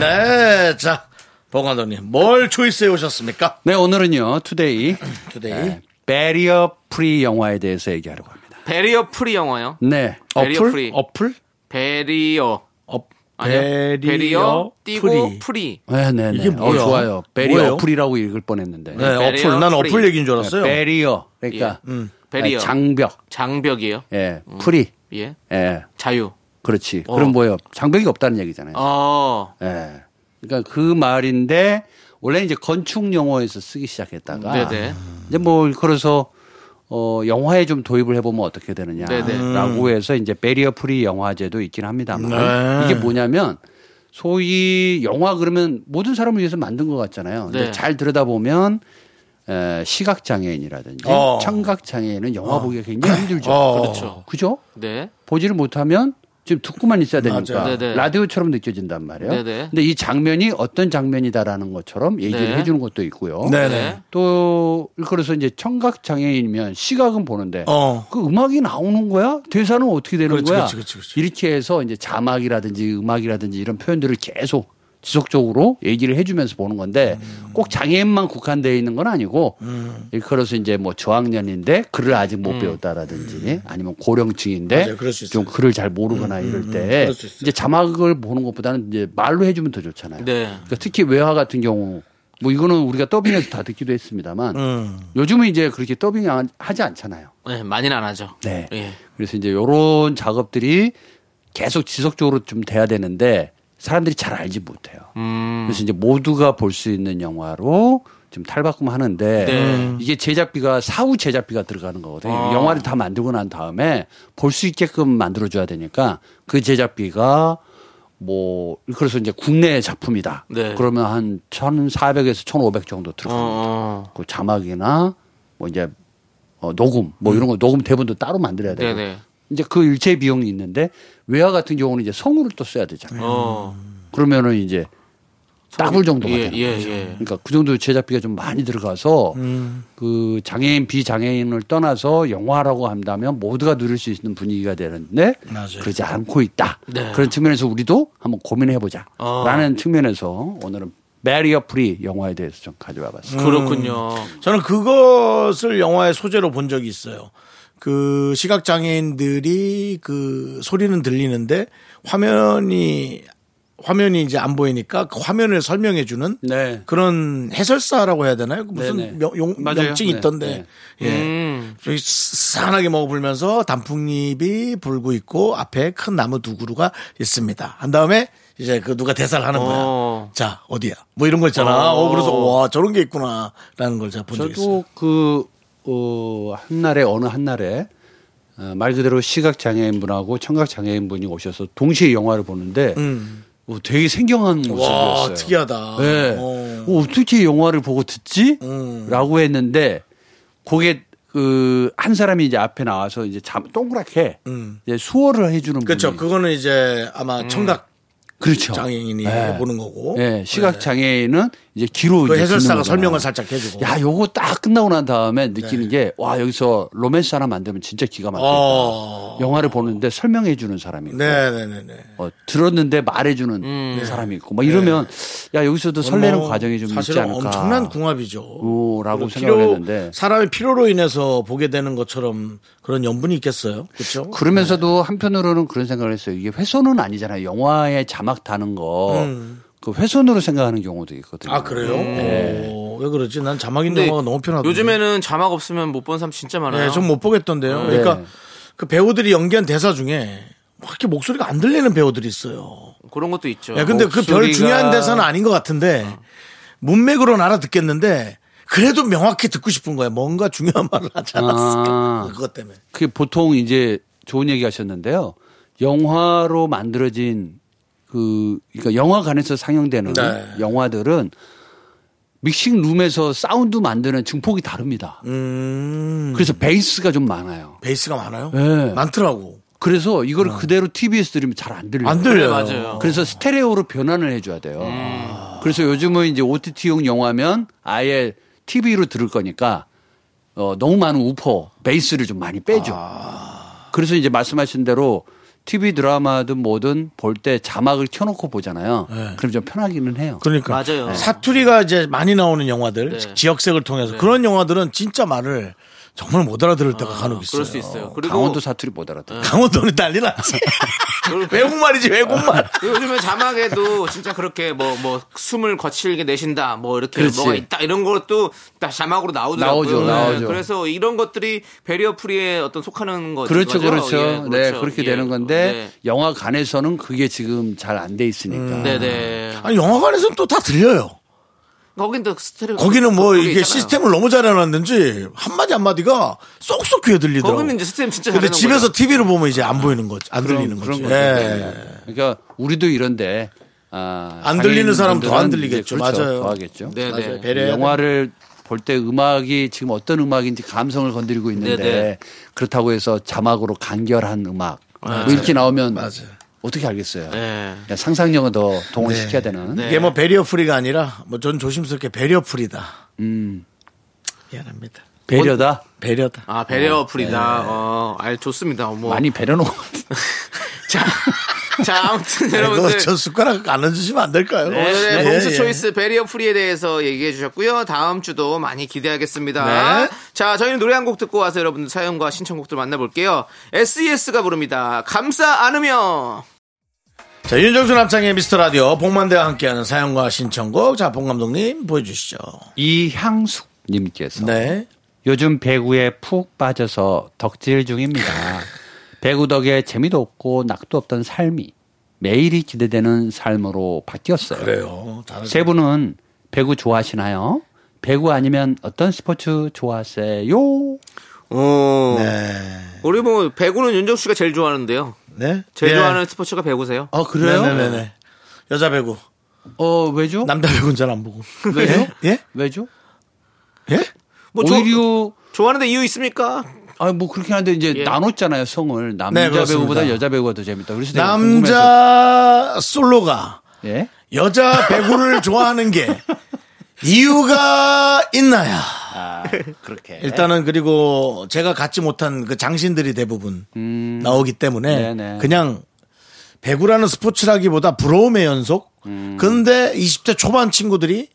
네, 자, 봉관도님, 뭘 초이스해 오셨습니까? 네, 오늘은요. 투데이 투데이. 네, 베리어 프리 영화에 대해서 얘기하려고 합니다. 베리어 프리 영화요. 네. 베리어 어플? 프리. 어플? 베리어 어, 아니요. 베리어, 띄고 프리. 네, 네, 네. 이게 뭐야? 어, 좋아요. 뭐예요? 베리어 어플이라고 읽을 뻔했는데. 네, 베리어 어플. 난 프리. 어플 얘기인 줄 알았어요. 베리어. 그러니까 네, 예. 베리어. 아, 장벽. 장벽이요. 예. 프리. 예. 예. 자유. 그렇지. 어. 그럼 뭐예요? 장벽이 없다는 얘기잖아요. 어. 예. 그러니까 그 말인데 원래 이제 건축 용어에서 쓰기 시작했다가 음, 네네. 이제 뭐 그래서 어 영화에 좀 도입을 해보면 어떻게 네네. 되느냐라고 해서 이제 베리어 프리 영화제도 있긴 합니다만 네. 이게 뭐냐면 소위 영화 그러면 모든 사람을 위해서 만든 것 같잖아요. 근데 네. 잘 들여다보면 에, 시각 장애인이라든지 어. 청각 장애인은 영화 보기가 굉장히 힘들죠. 어. 그렇죠. 그죠? 네. 보지를 못하면 지금 듣고만 있어야 되니까 맞아요. 네네. 라디오처럼 느껴진단 말이에요. 네네. 근데 이 장면이 어떤 장면이다라는 것처럼 얘기를 네. 해주는 것도 있고요. 네네. 또 그래서 이제 청각 장애인이면 시각은 보는데 어. 그 음악이 나오는 거야? 대사는 어떻게 되는 그렇지, 거야? 그렇지, 그렇지, 그렇지. 이렇게 해서 이제 자막이라든지 음악이라든지 이런 표현들을 계속 지속적으로 얘기를 해주면서 보는 건데 꼭 장애인만 국한되어 있는 건 아니고 음. 일컬어서 이제 뭐 저학년인데 글을 아직 못 배웠다라든지 아니면 고령층인데 맞아요. 그럴 수 있어요. 음, 좀 글을 잘 모르거나 이럴 때 그럴 수 있어요. 이제 자막을 보는 것보다는 이제 말로 해주면 더 좋잖아요. 네. 그러니까 특히 외화 같은 경우 뭐 이거는 우리가 더빙해서 다 듣기도 했습니다만 음. 요즘은 이제 그렇게 더빙 안- 하지 않잖아요. 네, 많이는 안 하죠. 네. 예. 그래서 이제 요런 작업들이 계속 지속적으로 좀 돼야 되는데 사람들이 잘 알지 못해요. 음. 그래서 이제 모두가 볼 수 있는 영화로 좀 탈바꿈하는데 네. 아. 이게 제작비가 사후 제작비가 들어가는 거거든요. 영화를 다 만들고 난 다음에 볼 수 있게끔 만들어줘야 되니까 그 제작비가 뭐 그래서 이제 국내 작품이다. 네. 그러면 한 1,400에서 1,500 정도 어, 들어가요. 어. 그 자막이나 뭐 이제 어, 녹음 뭐 이런 거 녹음 대본도 따로 만들어야 돼요. 네네. 이제 그 일체 비용이 있는데 외화 같은 경우는 이제 성우를 또 써야 되잖아요. 어. 그러면은 이제 따블 정도가 예, 되는 예, 음. 거죠. 예. 그러니까 그 정도 제작비가 좀 많이 들어가서 그 장애인 비장애인을 떠나서 영화라고 한다면 모두가 누릴 수 있는 분위기가 되는데 맞아요. 그러지 않고 있다. 네. 그런 측면에서 우리도 한번 고민해 보자. 어. 라는 측면에서 오늘은 베리어 프리 영화에 대해서 좀 가져와 봤습니다. 그렇군요. 저는 그것을 영화의 소재로 본 적이 있어요. 그 시각 장애인들이 그 소리는 들리는데 화면이 화면이 이제 안 보이니까 그 화면을 설명해 주는 네. 그런 해설사라고 해야 되나요? 그 무슨 네네. 명, 용, 맞아요. 명칭이 네, 음. 있던데. 예. 저기 싸하게 먹어불면서 단풍잎이 불고 있고 앞에 큰 나무 두 그루가 있습니다. 한 다음에 이제 그 누가 대사를 하는 거야. 어. 자 어디야? 뭐 이런 거 있잖아. 어, 어. 그래서 와 저런 게 있구나라는 걸 제가 본 적이 있어요. 저도 그, 어, 한날에, 어느 한날에, 어, 말 그대로 시각장애인분하고 청각장애인분이 오셔서 동시에 영화를 보는데, 어, 되게 생경한 모습이었어요. 음. 와 특이하다. 네. 어. 음. 어, 어떻게 영화를 보고 듣지? 라고 했는데, 그게, 그, 한 사람이 이제 앞에 나와서 이제 잠, 동그랗게, 이제 수어를 해주는 음. 그렇죠. 분이. 그거는 이제 아마 청각 그렇죠. 장애인이 음. 네. 보는 거고. 네. 예, 시각장애인은 이제 귀로 그 이제 듣는 해설사가 거잖아요. 설명을 살짝 해주고. 네. 야, 요거 딱 끝나고 난 다음에 느끼는 게 와 여기서 로맨스 하나 만들면 진짜 기가 막히다. 어. 영화를 보는데 설명해 주는 사람이 있고, 네네네네. 음. 어, 들었는데 말해 주는 사람이 있고, 막 이러면 야 여기서도 설레는 네. 뭐 과정이 좀 있지 사실은 않을까. 엄청난 궁합이죠. 오, 라고 그리고 생각을 했는데. 사람의 피로로 인해서 보게 되는 것처럼 그런 연분이 있겠어요. 그렇죠? 그러면서도 한편으로는 그런 생각을 했어요. 이게 훼손은 아니잖아요. 영화에 자막 다는 거. 그 훼손으로 생각하는 경우도 있거든요. 음. 아 그래요? 오, 왜 그러지? 난 자막인 영화가 너무 편하다. 요즘에는 어, 자막 없으면 못 본 사람 진짜 많아요. 네, 좀 못 보겠던데요. 그러니까 네. 그 배우들이 연기한 대사 중에 막 이렇게 목소리가 안 들리는 배우들이 있어요. 그런 것도 있죠. 예, 근데 그 별 목소리가- 중요한 대사는 아닌 것 같은데 어. 문맥으로는 알아듣겠는데 그래도 명확히 듣고 싶은 거예요. 뭔가 중요한 말을 하지 않았을까? 아. 그것 때문에. 그게 보통 이제 좋은 얘기 하셨는데요. 영화로 만들어진 그, 그러니까 영화관에서 상영되는 네. 영화들은 믹싱 룸에서 사운드 만드는 증폭이 다릅니다. 음. 그래서 베이스가 좀 많아요. 베이스가 많아요? 네. 많더라고. 음. 그래서 이걸 그대로 TV에서 들으면 잘 안 들려요. 안 들려요. 네, 음. 맞아요. 그래서 스테레오로 변환을 해줘야 돼요. 그래서 요즘은 이제 OTT용 영화면 아예 TV로 들을 거니까 어, 너무 많은 우퍼, 베이스를 좀 많이 빼죠. 아. 그래서 이제 말씀하신 대로 TV 드라마든 뭐든 볼 때 자막을 켜놓고 보잖아요. 그럼 좀 편하기는 해요. 네. 그러니까 맞아요. 사투리가 이제 많이 나오는 영화들, 네. 즉 지역색을 통해서 그런 영화들은 진짜 말을 정말 못 알아들을 때가 간혹 있어요. 그럴 수 있어요. 그리고 강원도 사투리 보더라도. 아, 강원도는 난리 났지. 그리고 외국말이지 외국말. 요즘에 자막에도 진짜 그렇게 뭐 뭐 숨을 거칠게 내쉰다 뭐 이렇게 그렇지. 뭐가 있다 이런 것도 다 자막으로 나오더라고요. 네, 나오죠, 나오죠. 그래서 이런 것들이 베리어 프리에 어떤 속하는 거죠. 그렇죠, 그렇죠. 예, 네, 그렇게 예. 되는 건데 영화관에서는 그게 지금 잘 안 돼 음. 있으니까. 네, 네. 네. 아니 영화관에서는 또 다 들려요. 거긴 또 스테레오. 거기는 뭐 거기 이게 있잖아요. 시스템을 너무 잘 해놨는지 한마디 한마디가 쏙쏙 귀에 들리더라고. 거기는 어, 이제 시스템 진짜 근데 잘하는 집에서 거죠. TV를 보면 이제 안 보이는 거지, 안 들리는 그런 거지. 거죠. 네, 예. 그러니까 우리도 이런데 아, 안 들리는 사람 더안 장애인분들은 들리겠죠. 이제 그렇죠. 맞아요. 더 하겠죠. 네, 맞아요. 네. 배려해야 영화를 볼 때 음악이 지금 어떤 음악인지 감성을 건드리고 있는데 네네. 그렇다고 해서 자막으로 간결한 음악 뭐 이렇게 나오면 어떻게 알겠어요? 네. 그러니까 상상력을 더 동원시켜야 되는. 네. 이게 뭐 배리어 프리가 아니라 뭐 전 조심스럽게 배리어 프리다. 음. 미안합니다. 배려다. 배려다. 네. 아, 어, 베리어 프리다. 어, 알 좋습니다. 뭐 많이 배려놓은 것 자. 자, 아무튼 이거 네, 여러분들 네, 저 숟가락 안 얹으시면 안 될까요? 오늘의 예, 봉수 예. 초이스 베리어 프리에 대해서 얘기해 주셨고요. 다음 주도 많이 기대하겠습니다. 네. 자, 저희는 노래 한 곡 듣고 와서 여러분들 사연과 신청곡들 만나볼게요. SES가 부릅니다. 감싸 안으며. 자, 윤정수 남창의 미스터 라디오 복만대와 함께하는 사연과 신청곡. 자, 봉 감독님 보여주시죠. 이향숙님께서 네. 요즘 배구에 푹 빠져서 덕질 중입니다. 배구 덕에 재미도 없고 낙도 없던 삶이 매일이 기대되는 삶으로 바뀌었어요. 그래요. 잘하셨- 세 분은 배구 좋아하시나요? 배구 아니면 어떤 스포츠 좋아하세요? 오. 네. 우리 뭐 배구는 윤정 씨가 제일 좋아하는데요. 네. 제일 예. 좋아하는 스포츠가 배구세요. 아 네네네. 여자 배구. 어 왜죠? 남자 배구는 잘 안 보고. 왜요? 예? 왜죠? 예? 뭐 조- 오히려 좋아하는데 이유 있습니까? 아뭐 그렇게 하는데 이제 예. 나눴잖아요 성을 네, 남자 그렇습니다. 배우보다 여자 배우가 더 재밌다. 그래서 내가 네, 궁금해서- 남자 솔로가 예? 여자 배구를 좋아하는 게 이유가 있나야. 아, 그렇게 일단은 그리고 제가 갖지 못한 그 장신들이 대부분 음. 나오기 때문에 네네. 그냥 배구라는 스포츠라기보다 부러움의 연속. 음. 근데 20대 초반 친구들이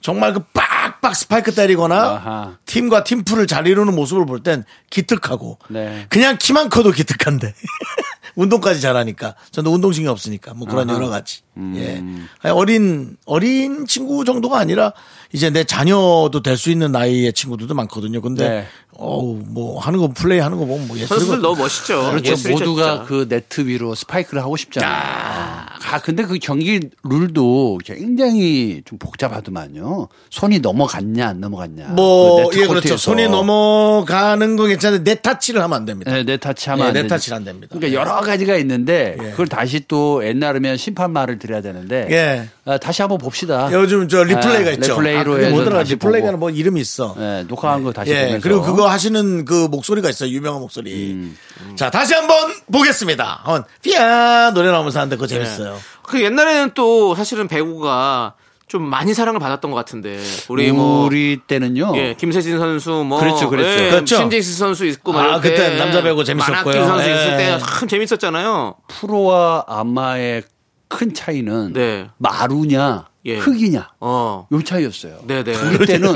정말 그 빡빡 스파이크 때리거나 아하. 팀과 팀플을 잘 이루는 모습을 볼 땐 기특하고 네. 그냥 키만 커도 기특한데 운동까지 잘하니까 저는 운동신경 없으니까 뭐 그런 여러 가지 음. 예 어린 어린 친구 정도가 아니라 이제 내 자녀도 될 수 있는 나이의 친구들도 많거든요 근데 네. 어우 뭐 하는 거 플레이 하는 거 보면 뭐 선수들 예술이 너무 멋있죠. 그렇죠. 예술이죠, 모두가 진짜. 그 네트 위로 스파이크를 하고 싶잖아요. 아, 근데 그 경기 룰도 굉장히 좀 복잡하더만요. 손이 넘어갔냐 안 넘어갔냐. 뭐, 그 네트 예, 그렇죠. 코트에서. 손이 넘어가는 건 괜찮은데, 내 타치를 하면 안 됩니다. 네, 내 타치하면 예, 안 내 되니까. 타치는 안 됩니다. 그러니까 여러 가지가 있는데 그걸 다시 또 옛날이면 심판 말을 드려야 되는데 예. 아, 다시 한번 봅시다. 요즘 저 리플레이가 아, 있죠. 아, 리플레이로 그게 해서 뭐더라? 다시 리플레이가 보고. 뭐 이름이 있어. 예, 녹화한 거 다시 예, 보면서. 그리고 그거 하시는 그 목소리가 있어요. 유명한 목소리. 음, 자, 다시 한번 보겠습니다. 헌, 삐아! 노래 나오면서 하는데 그거 재밌어요. 네. 그 옛날에는 또 사실은 배구가 좀 많이 사랑을 받았던 것 같은데 우리 우리 뭐 때는요. 예, 김세진 선수 뭐 그렇죠, 그렇죠. 예, 그렇죠. 신재익 선수 있고 막 아, 이럴 때 그때 남자 배구 재밌었고요. 만학기 선수 있을 예. 때참 재밌었잖아요. 프로와 아마의 큰 차이는 네. 마루냐 예. 흙이냐 어. 요 차이였어요. 네네. 우리 때는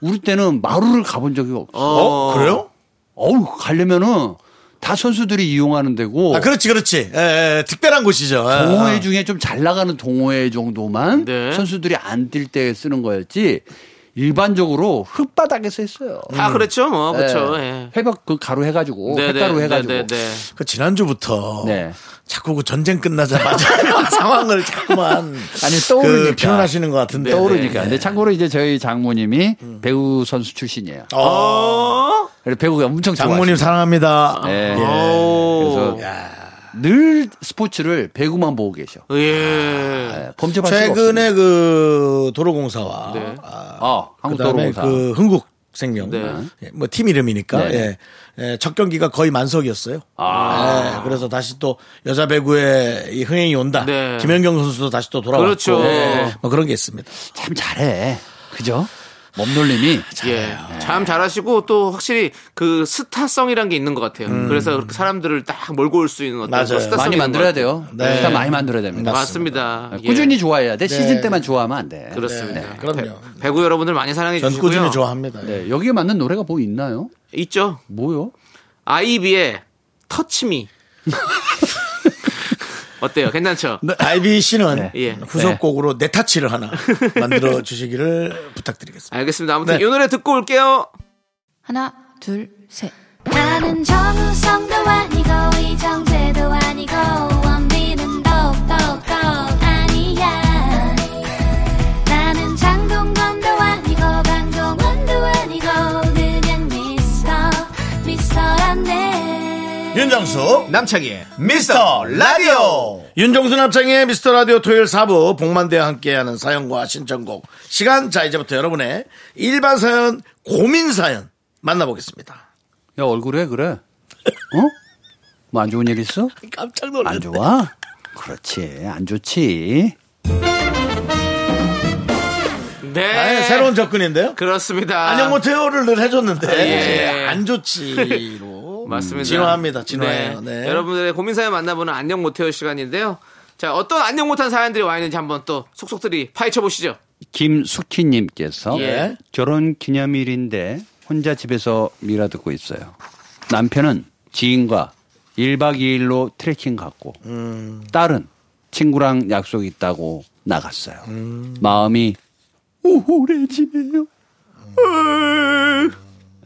우리 때는 마루를 가본 적이 없어. 어, 그래요? 어우 가려면은 다 선수들이 이용하는 데고 아, 그렇지, 그렇지. 예, 예, 특별한 곳이죠. 예, 동호회 어. 중에 좀 잘 나가는 동호회 정도만 아. 네. 선수들이 안 뛸 때 쓰는 거였지 일반적으로 흙바닥에서 했어요. 다 그랬죠, 뭐 그렇죠. 예. 예. 회벽 그 가루 해가지고 네, 햇가루 네, 해가지고 네, 네, 네. 그 지난주부터 네. 자꾸 그 전쟁 끝나자마자 상황을 자꾸만 아니, 떠오르니까. 그 표현하시는 것 같은데 네. 떠오르니까. 근데 참고로 이제 저희 장모님이 음. 배우 선수 출신이에요. 어? 그래서 배구가 엄청 장모님 좋아하시고. 사랑합니다. 예. 네. 오. 그래서 늘 스포츠를 배구만 보고 계셔. 예. 네, 범접할 수가 최근에 없어요. 그 도로공사와 네. 아, 어, 한국 그다음에 도로공사. 그 흥국 생명 네. 뭐 팀 이름이니까 네. 예. 예, 첫 경기가 거의 만석이었어요. 예, 그래서 다시 또 여자 배구의 이 흥행이 온다. 네. 김연경 선수도 다시 또 돌아왔고 그렇죠. 예, 뭐 그런 게 있습니다. 참 잘해. 그죠? 아. 몸놀림이 예. 네. 참 잘하시고 또 확실히 그 스타성이란 게 있는 것 같아요. 그래서 그렇게 사람들을 딱 몰고 올 수 있는 어떤 음. 맞아요. 그런 스타성이 많이 있는 것 만들어야 같아요. 돼요. 네. 일단 많이 만들어야 됩니다. 맞습니다. 음. 예. 꾸준히 좋아해야 돼. 시즌 때만 좋아하면 안 돼. 그렇습니다. 네, 그럼요. 배- 배구 여러분들 많이 사랑해 전 주시고요. 꾸준히 좋아합니다. 예. 네, 여기에 맞는 노래가 뭐 있나요? 있죠. 뭐요? 아이비의 터치미. 어때요? 괜찮죠? 아이비 씨는 예. 후속곡으로 내 타치를 하나 만들어 주시기를 부탁드리겠습니다. 알겠습니다. 아무튼 네. 이 노래 듣고 올게요. 하나, 둘, 셋. 나는 정우성도 아니고 이정재도 아니고 원빈은 더욱더 아니야 나는 장동건도 아니고 강동원도 아니고 그냥 미스터 미스터란데 예, 윤정수 남창희의 미스터 라디오 윤정수 남창희의 미스터 라디오 토요일 4부 복만대와 함께하는 사연과 신청곡 시간 자 이제부터 여러분의 일반 사연 고민 사연 만나보겠습니다 야, 얼굴 왜 그래? 어? 뭐 안 좋은 일 있어? 깜짝 안 놀랐네 좋아? 그렇지. 안 좋지. 네. 아니, 새로운 접근인데요 뭐 그렇습니다. 안녕 못해요를 늘 해줬는데 아, 예. 안 좋지로 맞습니다. 진화합니다, 진화해요. 네. 여러분들의 고민사연 만나보는 안녕 못해요 시간인데요. 자, 어떤 안녕 못한 사연들이 와 있는지 한번 또 속속들이 파헤쳐 보시죠. 김숙희님께서 예. 결혼 기념일인데 혼자 집에서 미라 듣고 있어요. 남편은 지인과 1박 2일로 트레킹 갔고 음. 딸은 친구랑 약속 있다고 나갔어요. 마음이 우울해지네요. 음.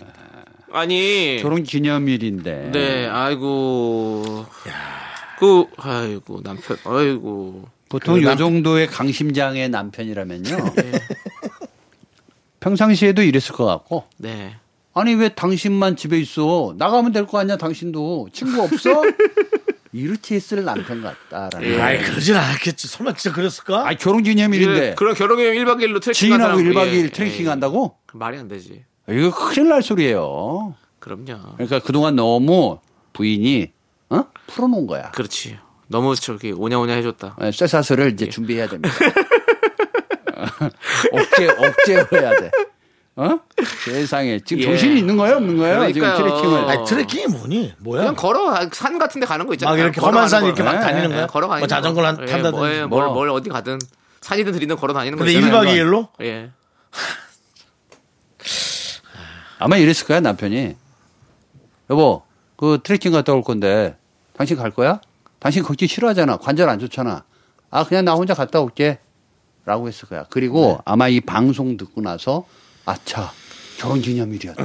아. 아니. 결혼 기념일인데 네, 아이고. 그, 아이고, 남편, 아이고. 그 보통 요 정도의 강심장의 남편이라면요. 네. 평상시에도 이랬을 것 같고 네. 아니 왜 당신만 집에 있어? 나가면 될 거 아니야 당신도 친구 없어? 이렇게 했을 남편 같다라는. 예. 아이 그러진 않았겠지. 설마 진짜 그랬을까? 예, 아 결혼 기념일인데 그- 그런 결혼기념 1박 2일로 트레킹 지인하고 간 사람, 1박 예, 2일 트레킹 예. 간다고? 말이 안 되지. 이거 큰일 날 소리예요. 그럼요. 그러니까 그동안 너무 부인이 어? 풀어놓은 거야. 그렇지. 너무 저기 오냐오냐 해줬다. 예, 쇠사슬을 이제 준비해야 됩니다. 억제 억제로 해야 돼. 어? 세상에 지금 예. 정신이 있는 거예요, 없는 거예요? 지금 그러니까요. 트레킹을 아니, 트레킹이 뭐니? 뭐야? 그냥 걸어 아, 산 같은 데 가는 거 있잖아요. 막 이렇게 걸어가는 험한 산 거. 네, 이렇게 막 예, 다니는 예, 거야? 걸어가는 뭐 자전거를 한- 거. 예, 탄다든지. 뭐, 예, 뭐. 뭘, 뭘 어디 가든 산이든 들이든 걸어 다니는 거 근데 있잖아요. 1박 2일로? 예. 아마 이랬을 거야 남편이. 여보, 그 트레킹 갔다 올 건데 당신 갈 거야? 당신 걷기 싫어하잖아. 관절 안 좋잖아. 아 그냥 나 혼자 갔다 올게. 라고 했을 거야. 그리고 아마 이 방송 듣고 나서 아차 결혼 기념일이었다.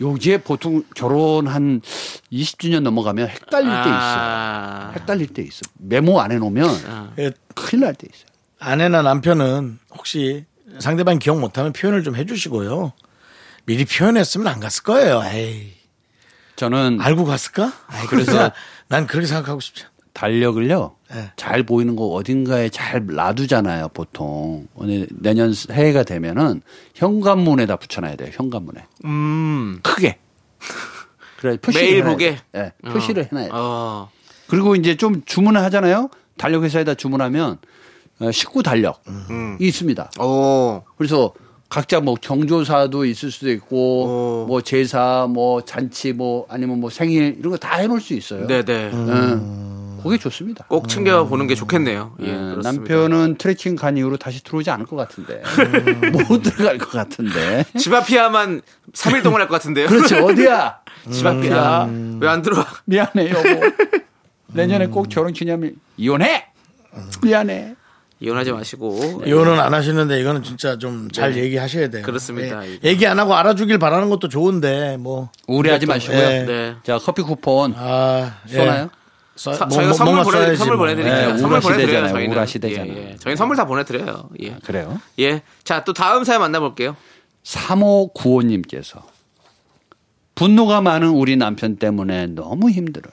요게 보통 결혼한 20주년 넘어가면 헷갈릴 때 있어. 아, 헷갈릴 때 있어. 메모 안 해놓으면 예, 큰일 날 때 있어. 아내나 남편은 혹시 상대방 기억 못하면 표현을 좀 해주시고요. 미리 표현했으면 안 갔을 거예요. 에이. 저는 알고 갔을까? 그래서 그래서- 난 그렇게 생각하고 싶지 않아. 달력을요. 네. 잘 보이는 거 어딘가에 잘 놔두잖아요, 보통. 오늘 내년 새해가 되면은 현관문에다 붙여놔야 돼요, 현관문에. 크게. 음. 그래, 표시를. 매일 해놔야 보게? 돼. 예, 표시를 해놔야 돼. 어, 그리고 이제 좀 주문을 하잖아요. 달력 회사에다 주문하면 어, 식구 달력 이 있습니다. 오, 그래서 각자 뭐 경조사도 있을 수도 있고 어. 뭐 제사, 뭐 잔치, 뭐 아니면 뭐 생일 이런 거 다 해놓을 수 있어요. 네네. 예. 그게 좋습니다. 꼭 챙겨 보는 게 좋겠네요. 예, 예, 그렇습니다. 남편은 트레킹 간 이후로 다시 들어오지 않을 것 같은데 못 들어갈 것 같은데 집 앞이야만 3일 동안 할 것 같은데요. 그렇지 어디야 집 앞이야. 음. 왜 안 들어와? 미안해 여보 내년에 꼭 결혼 기념일 이혼해 음. 미안해 이혼하지 마시고. 네. 이거는 안 하시는데 이거는 진짜 좀 잘 얘기하셔야 돼요. 네. 그렇습니다. 예. 얘기 안 하고 알아주길 바라는 것도 좋은데 뭐. 우려하지 마시고요 예. 네. 자 커피 쿠폰 아, 예. 쏘나요 써- 사- 뭐- 저희가 뭐- 선물 뭔가 보내 써야지 선물 뭐. 보내드릴게요. 예, 선물 우라 보내드려요. 시대잖아요. 저희는 우라 시대잖아요. 예, 예. 저희 선물 다 보내드려요. 예. 그래요 예. 자, 또 다음 사연 만나볼게요. 3595님께서 분노가 많은 우리 남편 때문에 너무 힘들어요.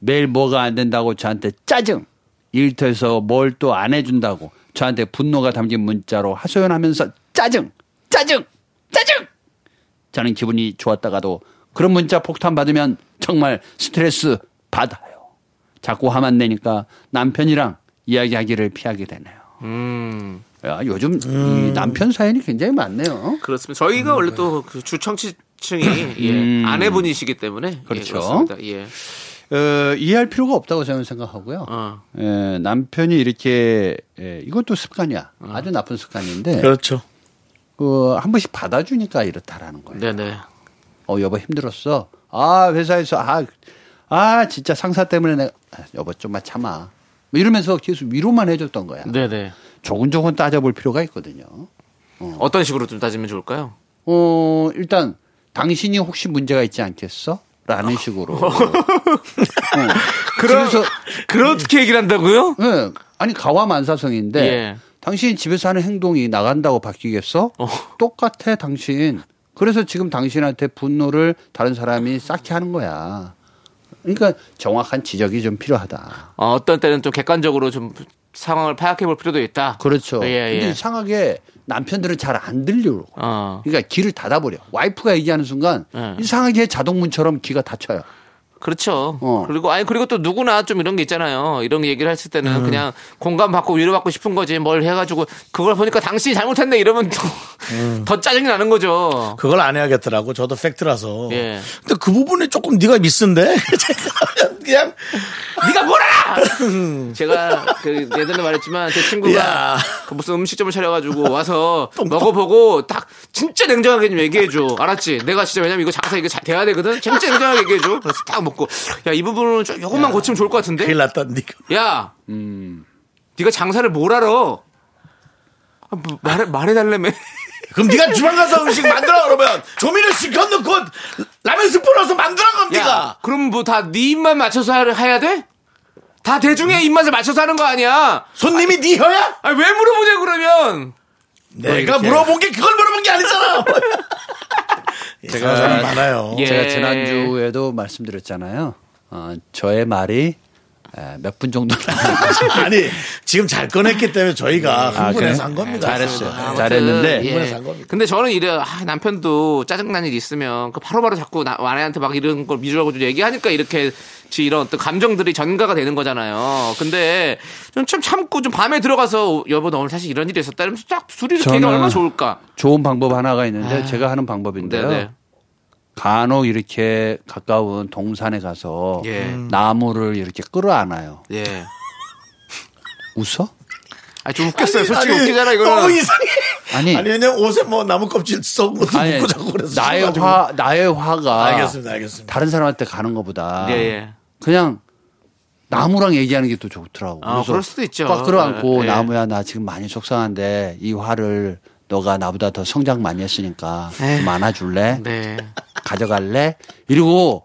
매일 뭐가 안 된다고 저한테 짜증. 일터에서 뭘 또 안 해준다고 저한테 분노가 담긴 문자로 하소연하면서 짜증, 짜증, 짜증. 저는 기분이 좋았다가도 그런 문자 폭탄 받으면 정말 스트레스 받아요. 자꾸 화만 내니까 남편이랑 이야기하기를 피하게 되네요. 야, 요즘 이 남편 사연이 굉장히 많네요. 그렇습니다. 저희가 원래 또 그 주청취층이 예, 음. 아내분이시기 때문에 예, 그렇죠. 그렇습니다. 예. 어, 이해할 필요가 없다고 저는 생각하고요. 어. 에, 남편이 이렇게 에, 이것도 습관이야. 어. 아주 나쁜 습관인데 그렇죠. 어, 한 번씩 받아주니까 이렇다라는 거예요. 네네. 어 여보 힘들었어. 아 회사에서 아, 아 진짜 상사 때문에 내가 아, 여보 좀만 참아. 뭐 이러면서 계속 위로만 해줬던 거야. 네네. 조근조근 따져볼 필요가 있거든요. 어떤 식으로 좀 따지면 좋을까요? 어 일단 당신이 혹시 문제가 있지 않겠어? 라는 식으로. 어. 그래서 그렇게 얘기를 한다고요? 예. 아니 가와만사성인데 예. 당신이 집에서 하는 행동이 나간다고 바뀌겠어? 똑같아 당신. 그래서 지금 당신한테 분노를 다른 사람이 쌓게 하는 거야. 그러니까 정확한 지적이 좀 필요하다. 어, 어떤 때는 좀 객관적으로 좀 상황을 파악해 볼 필요도 있다. 그렇죠. 예, 근데 예. 이상하게 남편들은 잘 안 들려고. 어. 그러니까 귀를 닫아버려. 와이프가 얘기하는 순간 예. 이상하게 자동문처럼 귀가 닫혀요. 그렇죠. 어. 그리고 아니 그리고 또 누구나 좀 이런 게 있잖아요. 이런 얘기를 했을 때는 네. 그냥 공감받고 위로받고 싶은 거지 뭘 해가지고 그걸 보니까 당신이 잘못했네 이러면 또, 음. 더 짜증이 나는 거죠. 그걸 안 해야겠더라고. 저도 팩트라서. 예. 근데 그 부분에 조금 네가 미스인데 제가 그냥 네가 뭘 알아? 제가 그 예전에 말했지만 제 친구가 야. 그 무슨 음식점을 차려가지고 와서 먹어보고 딱 진짜 냉정하게 좀 얘기해줘. 알았지? 내가 진짜 왜냐면 이거 장사 이거 잘 돼야 되거든. 진짜 냉정하게 얘기해줘. 그래서 딱 먹고 야 이 부분은 좀 요것만 고치면 좋을 것 같은데. 큰일 음. 났다 네가. 야, 네가 장사를 뭘 알아? 아, 뭐, 말해 말해달래매. 그럼 네가 주방 가서 음식 만들어 그러면 조미료 시켜 넣고 라면 스프 넣어서 만들어 그럼 야, 네가. 그럼 뭐 다 네 입맛 맞춰서 하- 해야 돼? 다 대중의 입맛에 맞춰서 하는 거 아니야? 손님이 네 혀야? 아니 왜 물어보냐 그러면? 내가 이렇게. 물어본 게 그걸 물어본 게 아니잖아. 제가 사람 많아요. 예. 제가 지난주에도 말씀드렸잖아요. 어, 저의 말이 몇 분 정도 나왔는지. 아니 지금 잘 꺼냈기 때문에 저희가 흥분해서 그래요? 한 겁니다. 잘했어요. 아, 잘했는데 이번에 산 겁니다. 예. 근데 저는 이래 아, 남편도 짜증난 일 있으면 그 바로바로 자꾸 나, 아내한테 막 이런 걸 미주라고 얘기하니까 이렇게 지 이런 어떤 감정들이 전가가 되는 거잖아요. 근데 좀, 참 참고 좀 밤에 들어가서 여보 너 오늘 사실 이런 일이 있었다 이러면서 딱 둘이 이렇게 얘기하면 저는 얼마나 좋을까. 좋은 방법 하나가 있는데 제가 하는 방법인데요. 아. 네네. 간혹 이렇게 가까운 동산에 가서 예. 음. 나무를 이렇게 끌어안아요. 예. 웃어? 아 좀 웃겼어요. 솔직히 아니, 웃기잖아 너무 이거는. 이상해. 아니. 아니, 왜냐면 옷에 뭐 나무 껍질 썩은 것도 아니, 예. 묻고 자꾸 그래서 나의 씻어가지고. 화 나의 화가 알겠습니다, 알겠습니다. 다른 사람한테 가는 것보다 예, 예. 그냥 나무랑 얘기하는 게 또 좋더라고. 아, 그럴 수도 있죠. 꽉 끌어안고 예, 예. 나무야 나 지금 많이 속상한데 이 화를 너가 나보다 더 성장 많이 했으니까 에휴. 좀 안아줄래? 예. 네. 가져갈래? 이러고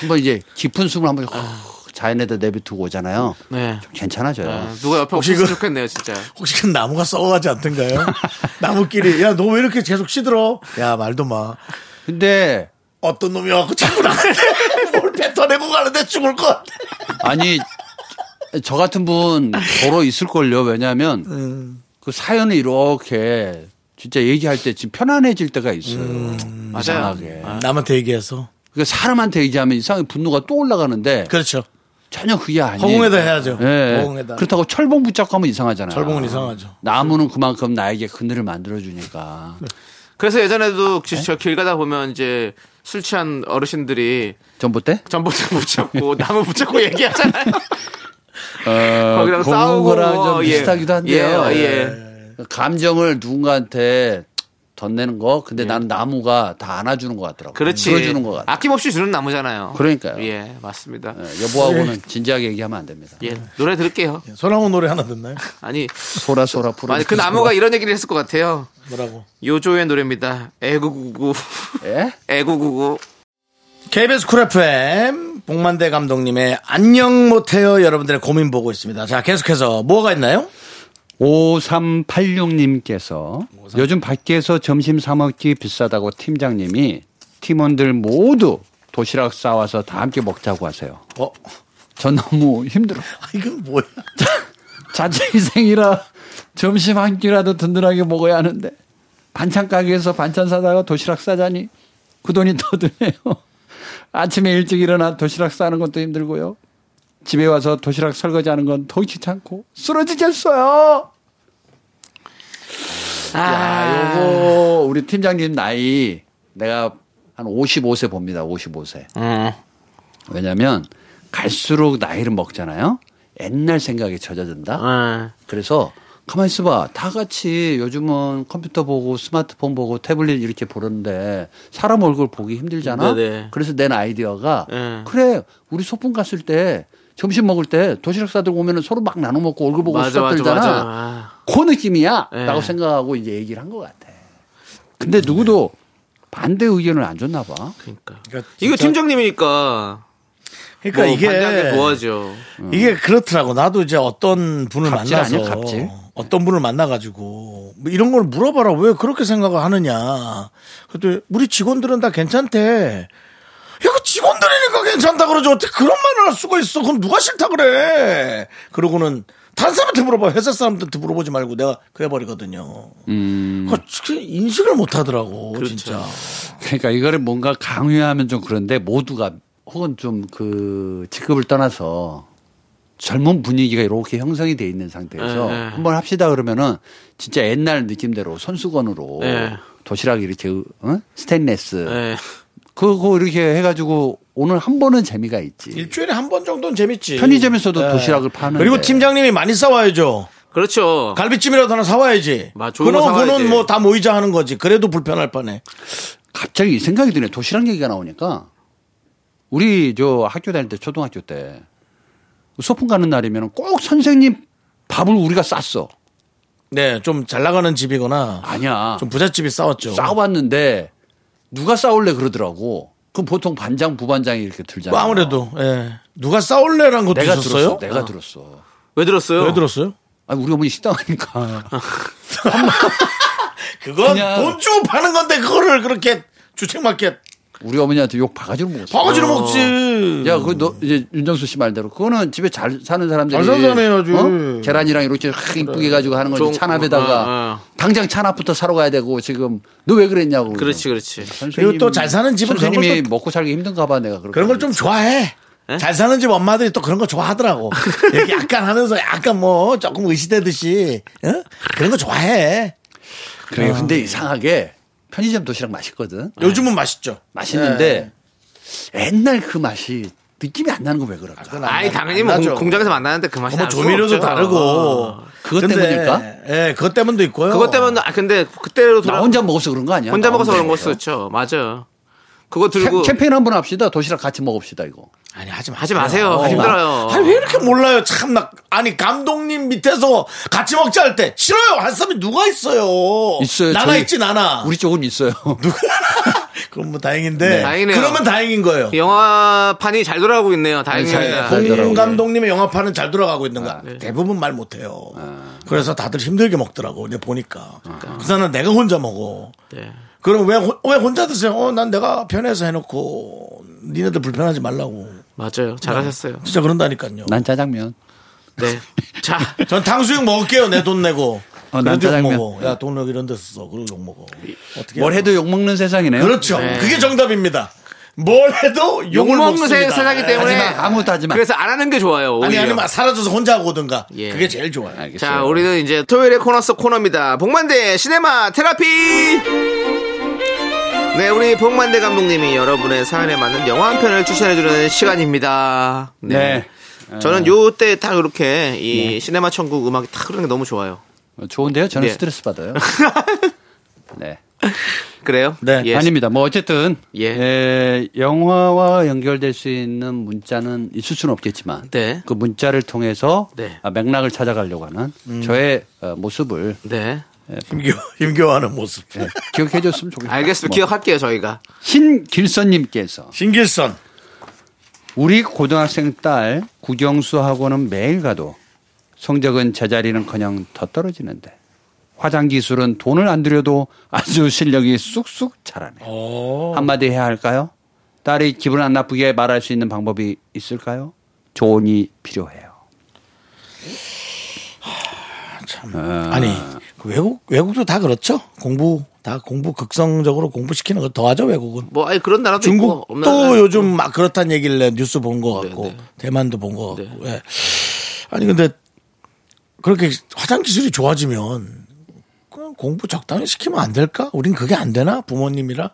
한번 이제 깊은 숨을 한번 후, 자연에다 내뱉고 오잖아요. 아. 네. 좀 괜찮아져요. 아, 누가 옆에 혹시 없으면 그- 좋겠네요, 진짜. 혹시 그 나무가 썩어가지 않던가요? 나무끼리 야 너 왜 이렇게 계속 시들어? 야 말도 마. 근데 어떤 놈이 와갖고 자꾸 나한테 뭘 뱉어내고 가는데 죽을 것 같아. 아니 저 같은 분 더러 있을걸요. 왜냐하면 그 사연을 이렇게 진짜 얘기할 때 지금 편안해질 때가 있어요. 이상하게. 아, 남한테 얘기해서. 그러니까 사람한테 얘기하면 이상하게 분노가 또 올라가는데 그렇죠. 전혀 그게 아니에요. 허공에다 해야죠. 예. 허공에다. 그렇다고 철봉 붙잡고 하면 이상하잖아요. 철봉은 이상하죠. 나무는 그만큼 나에게 그늘을 만들어주니까. 그래서 예전에도 네? 저 길 가다 보면 이제 술 취한 어르신들이 전봇 대 전봇대 붙잡고 나무 붙잡고 얘기하잖아요. 어, 거기랑 싸우고 그거랑 좀 뭐, 예. 비슷하기도 한데요. 어, 네. 예, 예. 그 감정을 누군가한테 덧내는 거. 근데 나는 나무가 다 안아주는 것 같더라고. 예. 그렇지. 들어주는 것 같아. 아낌없이 주는 나무잖아요. 그러니까요. 예, 맞습니다. 어, 여보하고는 진지하게 얘기하면 안 됩니다. 예, 노래 들을게요. 네, 소나무 노래 하나 듣나요? 아니, 소라 소라 푸른. 아니 그 나무가 이런 얘기를 했을 것 같아요. 뭐라고? 요조의 노래입니다. 애구구구, 예? 애구구구. KBS 쿨 FM 복만대 감독님의 안녕 못해요 여러분들의 고민 보고 있습니다. 자 계속해서 뭐가 있나요? 5386님께서 요즘 밖에서 점심 사먹기 비싸다고 팀장님이 팀원들 모두 도시락 싸와서 다 함께 먹자고 하세요. 어 전 너무 힘들어. 아, 이건 뭐야? 자취생이라 점심 한 끼라도 든든하게 먹어야 하는데 반찬 가게에서 반찬 사다가 도시락 싸자니 그 돈이 더 드네요. 아침에 일찍 일어나 도시락 싸는 것도 힘들고요. 집에 와서 도시락 설거지하는 건 더 귀찮고 쓰러지겠어요. 야, 요거 우리 팀장님 나이 내가 한 55세 봅니다. 55세. 어, 왜냐면 갈수록 나이를 먹잖아요. 옛날 생각에 젖어든다. 아, 그래서 가만 있어봐. 다 같이 요즘은 컴퓨터 보고 스마트폰 보고 태블릿 이렇게 보는데 사람 얼굴 보기 힘들잖아. 네네. 그래서 낸 아이디어가 예. 그래 우리 소풍 갔을 때 점심 먹을 때 도시락 싸들고 오면 은 서로 막 나눠 먹고 얼굴 보고 맞아, 수다 맞아, 떨잖아. 맞아. 아. 그 느낌이야. 예. 라고 생각하고 이제 얘기를 한 것 같아. 근데 누구도 반대 의견을 안 줬나 봐. 그러니까. 그러니까 이거 진짜- 팀장님이니까. 그러니까 뭐 이게 반대하기 도와죠. 이게 그렇더라고. 나도 이제 어떤 분을 갑질 만나서 아니야, 갑질? 어떤 분을 만나가지고 뭐 이런 걸 물어봐라. 왜 그렇게 생각을 하느냐. 그랬더니 우리 직원들은 다 괜찮대. 야, 그 직원들이니까 괜찮다 그러지. 어떻게 그런 말을 할 수가 있어. 그럼 누가 싫다 그래. 그러고는 다른 사람한테 물어봐. 회사 사람들한테 물어보지 말고 내가 그래버리거든요. 음. 그거 진짜 그렇죠. 인식을 못 하더라고. 진짜. 그러니까 이거를 뭔가 강요하면 좀 그런데 모두가 혹은 좀 그 직급을 떠나서 젊은 분위기가 이렇게 형성이 돼 있는 상태에서 예, 예. 한번 합시다 그러면은 진짜 옛날 느낌대로 손수건으로 예. 도시락 이렇게 응? 스테인레스 예. 그거 이렇게 해가지고 오늘 한 번은 재미가 있지. 일주일에 한 번 정도는 재밌지. 네. 편의점에서도 도시락을 파는. 그리고 팀장님이 많이 싸워야죠. 어. 그렇죠. 갈비찜이라도 하나 사와야지. 맞, 좋은 거 그놈, 사와야 그놈 돼. 뭐다 모이자 하는 거지. 그래도 불편할 뻔해. 갑자기 이 생각이 드네. 도시락 얘기가 나오니까 우리 저 학교 다닐 때 초등학교 때 소풍 가는 날이면 꼭 선생님 밥을 우리가 쌌어. 네, 좀 잘 나가는 집이거나 아니야. 좀 부잣집이 싸웠죠. 싸워봤는데 누가 싸울래 그러더라고. 그럼 보통 반장 부반장이 이렇게 들잖아. 뭐 아무래도 예. 누가 싸울래란 것도 내가 있었어요? 아. 들었어. 내가 들었어. 왜 들었어요? 왜 들었어요? 아니 우리 어머니 식당하니까 아. 그건 그냥- 돈 주고 파는 건데 그거를 그렇게 주책맞게 우리 어머니한테 욕 바가지로 먹었어. 바가지로 먹지. 야, 그 너 이제 윤정수 씨 말대로 그거는 집에 잘 사는 사람들이 잘 사는 사람이 해야지. 어? 계란이랑 이렇게 확 이쁘게 가지고 하는 좀- 거지 찬압에다가 아, 아. 당장 찬압부터 사러 가야 되고 지금 너 왜 그랬냐고. 네, 그렇지, 그렇지. 그리고 또잘 사는 집은 그런 선생님이 걸 또- 먹고 살기 힘든가 봐 내가 그렇게. 그런 걸 좀 좋아해. 잘 사는 집 엄마들이 또 그런 거 좋아하더라고. 이렇게 약간 하면서 약간 뭐 조금 의시되듯이 어? 그런 거 좋아해. 그래. 근데 이상하게 편의점 도시락 맛있거든. 요즘은 맛있죠. 맛있는데 옛날 그 맛이 느낌이 안 나는 거 왜 그럴까? 아이, 당연히 뭐 나죠. 공, 장에서 만나는데 그 맛이 뭐 날 수가 조미료도 없죠. 어. 다르고 그것 근데, 때문일까? 예, 그것 때문도 있고요. 그것 때문에 아 근데 그때로 나 돌아 혼자 먹어서 그런 거 아니야? 혼자 나 먹어서 그런 먹어서. 거였죠. 맞아. 그거 들고 캠- 캠페인 한 번 합시다. 도시락 같이 먹읍시다 이거. 아니 하지 마. 하지 마세요. 힘들어요. 아니 왜 이렇게 몰라요? 참 나 아니 감독님 밑에서 같이 먹자 할 때 싫어요. 한 사람이 누가 있어요? 있어요. 나나 저희- 있지 나나. 우리 쪽은 있어요. 그럼 뭐 다행인데. 다행이네요. 그러면 다행인 거예요. 영화판이 잘 돌아가고 있네요. 다행입니다. 잘- 공 그러더라고요. 감독님의 영화판은 잘 돌아가고 있는 거야. 대부분 말 못해요. 그래서 다들 힘들게 먹더라고. 근데 보니까. 그사는 내가 혼자 먹어. 네. 그럼 왜, 혼- 왜 혼자 드세요? 어, 난 내가 편해서 해놓고 니네들 불편하지 말라고. 맞아요. 잘하셨어요. 진짜 그런다니까요. 난 짜장면. 네. 자, 전 탕수육 먹을게요. 내 돈 내고. 어, 난 그래도 욕 짜장면. 먹어. 야, 돈 여기 이런 데서 써. 그리고 욕 먹어. 어떻게 뭘 해요? 해도 욕 먹는 세상이네요. 그렇죠. 네. 그게 정답입니다. 뭘 해도 욕을 욕먹는 먹습니다. 세상이기 때문에 하지 마. 아무것도 하지 마. 그래서 안 하는 게 좋아요. 아니 오히려. 아니면 사라져서 혼자 오든가. 예. 그게 제일 좋아요. 알겠어요. 자, 우리는 이제 토요일의 코너 속 코너입니다. 복만대 시네마 테라피. 네, 우리 복만대 감독님이 여러분의 사연에 맞는 영화 한 편을 추천해주는 시간입니다. 네. 어. 저는 요때 딱 이렇게 이 시네마 천국 음악이 탁 흐르는 게 너무 좋아요. 어, 좋은데요? 저는 네. 스트레스 받아요. 네. 그래요? 네. 예. 아닙니다. 뭐 어쨌든 예. 예, 영화와 연결될 수 있는 문자는 있을 수는 없겠지만 네. 그 문자를 통해서 네. 음. 아, 맥락을 찾아가려고 하는 저의 어, 모습을 네. 힘겨, 힘겨워하는 모습. 예, 기억해 줬으면 좋겠습니다. 알겠습니다. 뭐. 기억할게요, 저희가. 신길선님께서 신길선. 우리 고등학생 딸 구경수하고는 매일 가도 성적은 제자리는커녕 더 떨어지는데 화장 기술은 돈을 안 들여도 아주 실력이 쑥쑥 자라네. 한마디 해야 할까요? 딸이 기분 안 나쁘게 말할 수 있는 방법이 있을까요? 조언이 필요해요. 아니 그 외국 외국도 다 그렇죠. 공부 다 공부 극성적으로 공부시키는 거 더하죠 외국은. 뭐, 아니, 그런 나라도 있고, 없는 중국도 나라도 네, 요즘 막 그렇다는 얘기를 내 뉴스 본 거 같고 대만도 본 거 같고. 예. 아니 근데 그렇게 화장 기술이 좋아지면 그냥 공부 적당히 시키면 안 될까? 우린 그게 안 되나 부모님이라.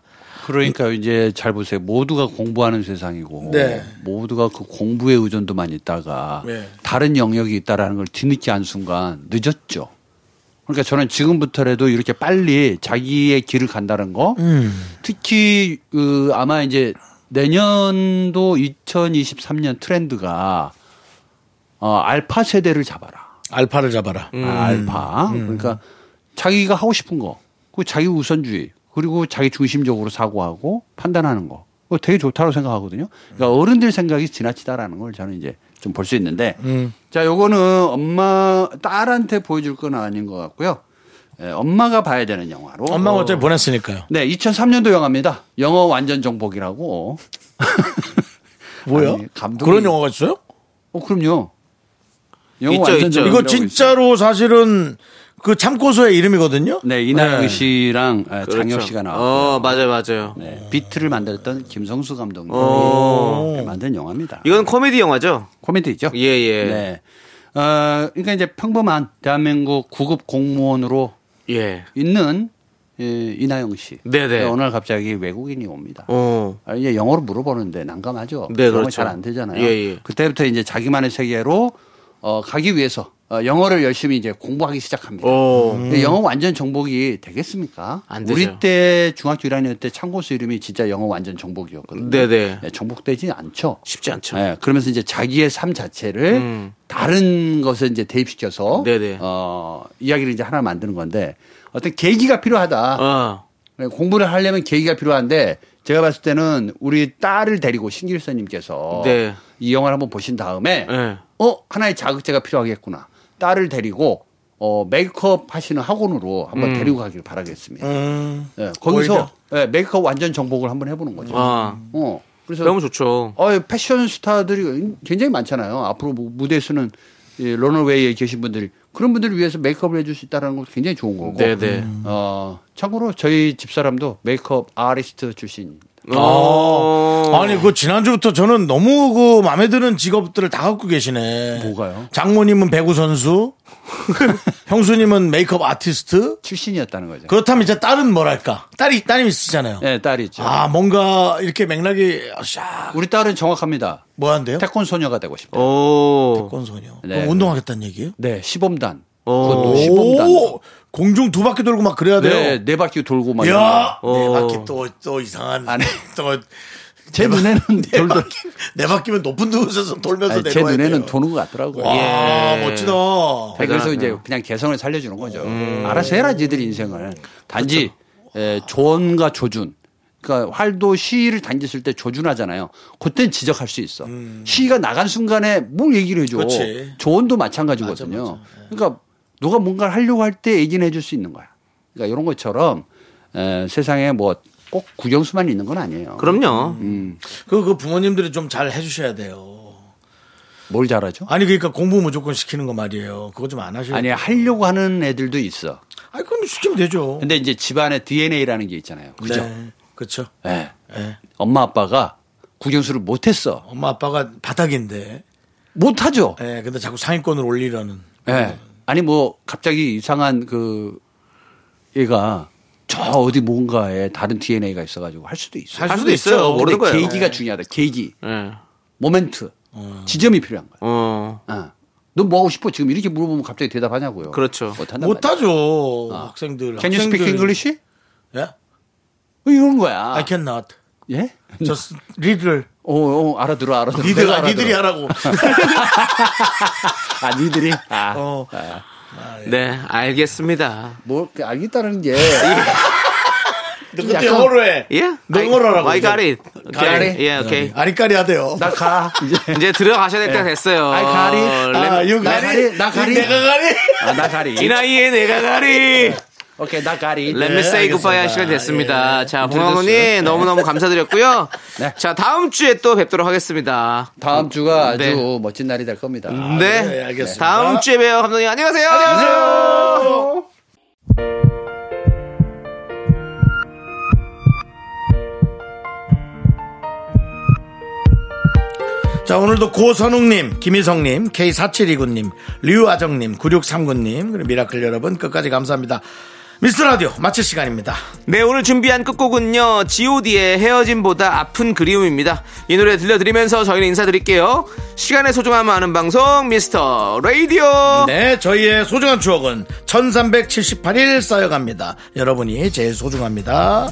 그러니까 이제 잘 보세요. 모두가 공부하는 세상이고 네. 모두가 그 공부에 의존도 많이 있다가 네. 다른 영역이 있다라는 걸 뒤늦게 한 순간 늦었죠. 그러니까 저는 지금부터라도 이렇게 빨리 자기의 길을 간다는 거 특히 그 아마 이제 내년도 2023년 트렌드가 어, 알파 세대를 잡아라. 알파를 잡아라. 음. 아, 알파. 그러니까 자기가 하고 싶은 거, 그 자기 우선주의, 그리고 자기 중심적으로 사고하고 판단하는 거. 그거 되게 좋다고 생각하거든요. 그러니까 어른들 생각이 지나치다라는 걸 저는 이제 좀 볼 수 있는데. 음. 자, 요거는 엄마, 딸한테 보여줄 건 아닌 것 같고요. 예, 엄마가 봐야 되는 영화로. 엄마가 어차피 보냈으니까요. 네, 2003년도 영화입니다. 영어 완전 정복이라고. 뭐야? 아니, 감독이- 그런 영화가 있어요? 어, 그럼요. 영어 있죠, 완전 네, 있죠. 정복이라고 이거 진짜로 사실은 그 참고소의 이름이거든요. 네, 이나영 씨랑 아, 장혁 그렇죠. 씨가 나왔고 어, 맞아요, 맞아요. 네, 비트를 만들었던 김성수 감독님이 네, 만든 영화입니다. 어. 이건 코미디 영화죠? 코미디죠? 예, 예. 네. 어, 그러니까 이제 평범한 대한민국 구급 공무원으로 예. 있는 예, 이나영 씨. 네네. 어느 날 갑자기 외국인이 옵니다. 어. 아, 이제 영어로 물어보는데 난감하죠. 네, 영어 그렇죠. 잘안 되잖아요. 예, 예. 그때부터 이제 자기만의 세계로 어, 가기 위해서 어, 영어를 열심히 이제 공부하기 시작합니다. 어. 근데 영어 완전 정복이 되겠습니까? 안 되죠. 우리 때 중학교 1학년 때 참고수 이름이 진짜 영어 완전 정복이었거든요. 네네. 네, 정복되지 않죠. 쉽지 않죠. 음. 예, 그러면서 이제 자기의 삶 자체를 다른 것에 이제 대입시켜서 네네. 어, 이야기를 이제 하나 만드는 건데 어떤 계기가 필요하다. 어. 네, 공부를 하려면 계기가 필요한데 제가 봤을 때는 우리 딸을 데리고 신길서님께서 네. 이 영화를 한번 보신 다음에 네. 어 하나의 자극제가 필요하겠구나 딸을 데리고 어 메이크업 하시는 학원으로 한번 음. 데리고 가길 바라겠습니다. 네, 거기서 네, 메이크업 완전 정복을 한번 해보는 거죠. 아. 어 그래서 너무 좋죠. 어, 패션 스타들이 굉장히 많잖아요. 앞으로 뭐 무대 수는 이 런어웨이에 계신 분들 그런 분들을 위해서 메이크업을 해줄 수 있다는 건 굉장히 좋은 거고. 네네. 어, 참고로 저희 집사람도 메이크업 아티스트 출신입니다. 어. 아니 그 지난주부터 저는 너무 그 마음에 드는 직업들을 다 갖고 계시네. 뭐가요? 장모님은 배구 선수, 형수님은 메이크업 아티스트. 출신이었다는 거죠. 그렇다면 이제 딸은 뭐랄까? 딸이 따님이 쓰잖아요. 네, 딸이 있죠. 아 뭔가 이렇게 맥락이 샥 우리 딸은 정확합니다. 뭐한데요? 태권 소녀가 되고 싶다. 어. 오. 태권소녀. 네. 그럼 운동하겠다는 얘기예요? 네, 시범단. 오. 그것도 어. 오 시범단. 공중 두 바퀴 돌고 막 그래야 네, 돼요. 네 바퀴 돌고 막. 이런 야, 거. 네 오. 바퀴 또 또 이상한 아니. 또네 제 눈에는 돌 바퀴 네 바퀴면 높은 데서 돌면서 아니, 내려와야 제 눈에는 돼요. 도는 것 같더라고요. 와 예. 멋지다. 네, 그래서 대단하네요. 음. 이제 그냥 개성을 살려주는 거죠. 알아서 해라, 지들 인생을. 단지 그렇죠. 에, 조언과 조준. 그러니까 활도 시를 단지 쓸 때 조준하잖아요. 그땐 지적할 수 있어. 음. 시가 나간 순간에 뭘 얘기를 해줘. 그렇지. 조언도 마찬가지거든요. 예. 그러니까 누가 뭔가를 하려고 할 때 얘기는 해줄 수 있는 거야. 그러니까 이런 것처럼 에, 세상에 뭐 꼭 구경수만 있는 건 아니에요. 그럼요. 그, 그 부모님들이 좀 잘 해주셔야 돼요. 뭘 잘하죠? 아니, 그러니까 공부 무조건 시키는 거 말이에요. 그거 좀 안 하셔야 아니 돼요. 하려고 하는 애들도 있어. 아니, 그럼 시키면 되죠. 근데 이제 집안에 DNA라는 게 있잖아요. 그죠? 네. 그쵸. 예. 예. 엄마 아빠가 구경수를 못했어. 엄마 아빠가 바닥인데. 못하죠. 예, 근데 자꾸 상위권을 올리려는. 예. 아니 뭐 갑자기 이상한 그 얘가 저 어디 뭔가에 다른 DNA가 있어가지고 할 수도 있어. 할 수도 있어요. 모르는 거예요. 계기가 중요하다. 계기, 예. 모멘트, 어. 지점이 필요한 거야. 어. 어. 너뭐 하고 싶어? 지금 이렇게 물어보면 갑자기 대답하냐고요. 그렇죠. 못한다. 못하죠. 학생들. Can you speak English? 예? 뭐 이런 거야. I cannot. 예? Just 리들. 어, 어, 알아들어, 알아들어. 내가 니들아, 알아들어. 니들이 하라고. 아, 니들이? 아, 어. 네, 알겠습니다. 뭐, 알겠다는 게. 근데 영어로 해. 예? 능어라라고. 네, I got it. got it? 예, 오케이. 아리까리 하대요. 나 가. 이제. 이제 들어가셔야 될 때가 됐어요. I got it. 어, 렘- 아, 요 나 가리? 가리? 나 가리? 내가 가리? 아, 나 가리. 이 나이에 내가 가리. 네. 오케이, 나 가리. 렛미 세이 굿바이 할 시간 됐습니다. 자, 봉황훈님 예, 힘들었어요. 너무너무 감사드렸고요. 네. 자, 다음 주에 또 뵙도록 하겠습니다. 다음 주가 아주 네. 멋진 날이 될 겁니다. 네. 네, 알겠습니다. 다음 주에 봬요. 감독님, 안녕하세요. 안녕하세요. 자, 오늘도 고선웅님, 김희성님, K4729님, 류아정님, 9639님, 그리고 미라클 여러분, 끝까지 감사합니다. 미스터 라디오 마칠 시간입니다. 네, 오늘 준비한 끝곡은요, GOD의 의 헤어짐보다 아픈 그리움입니다. 이 노래 들려드리면서 저희는 인사드릴게요. 시간의 소중함 아는 방송, 미스터 라디오. 네, 저희의 소중한 추억은 1378일 쌓여갑니다. 여러분이 제일 소중합니다.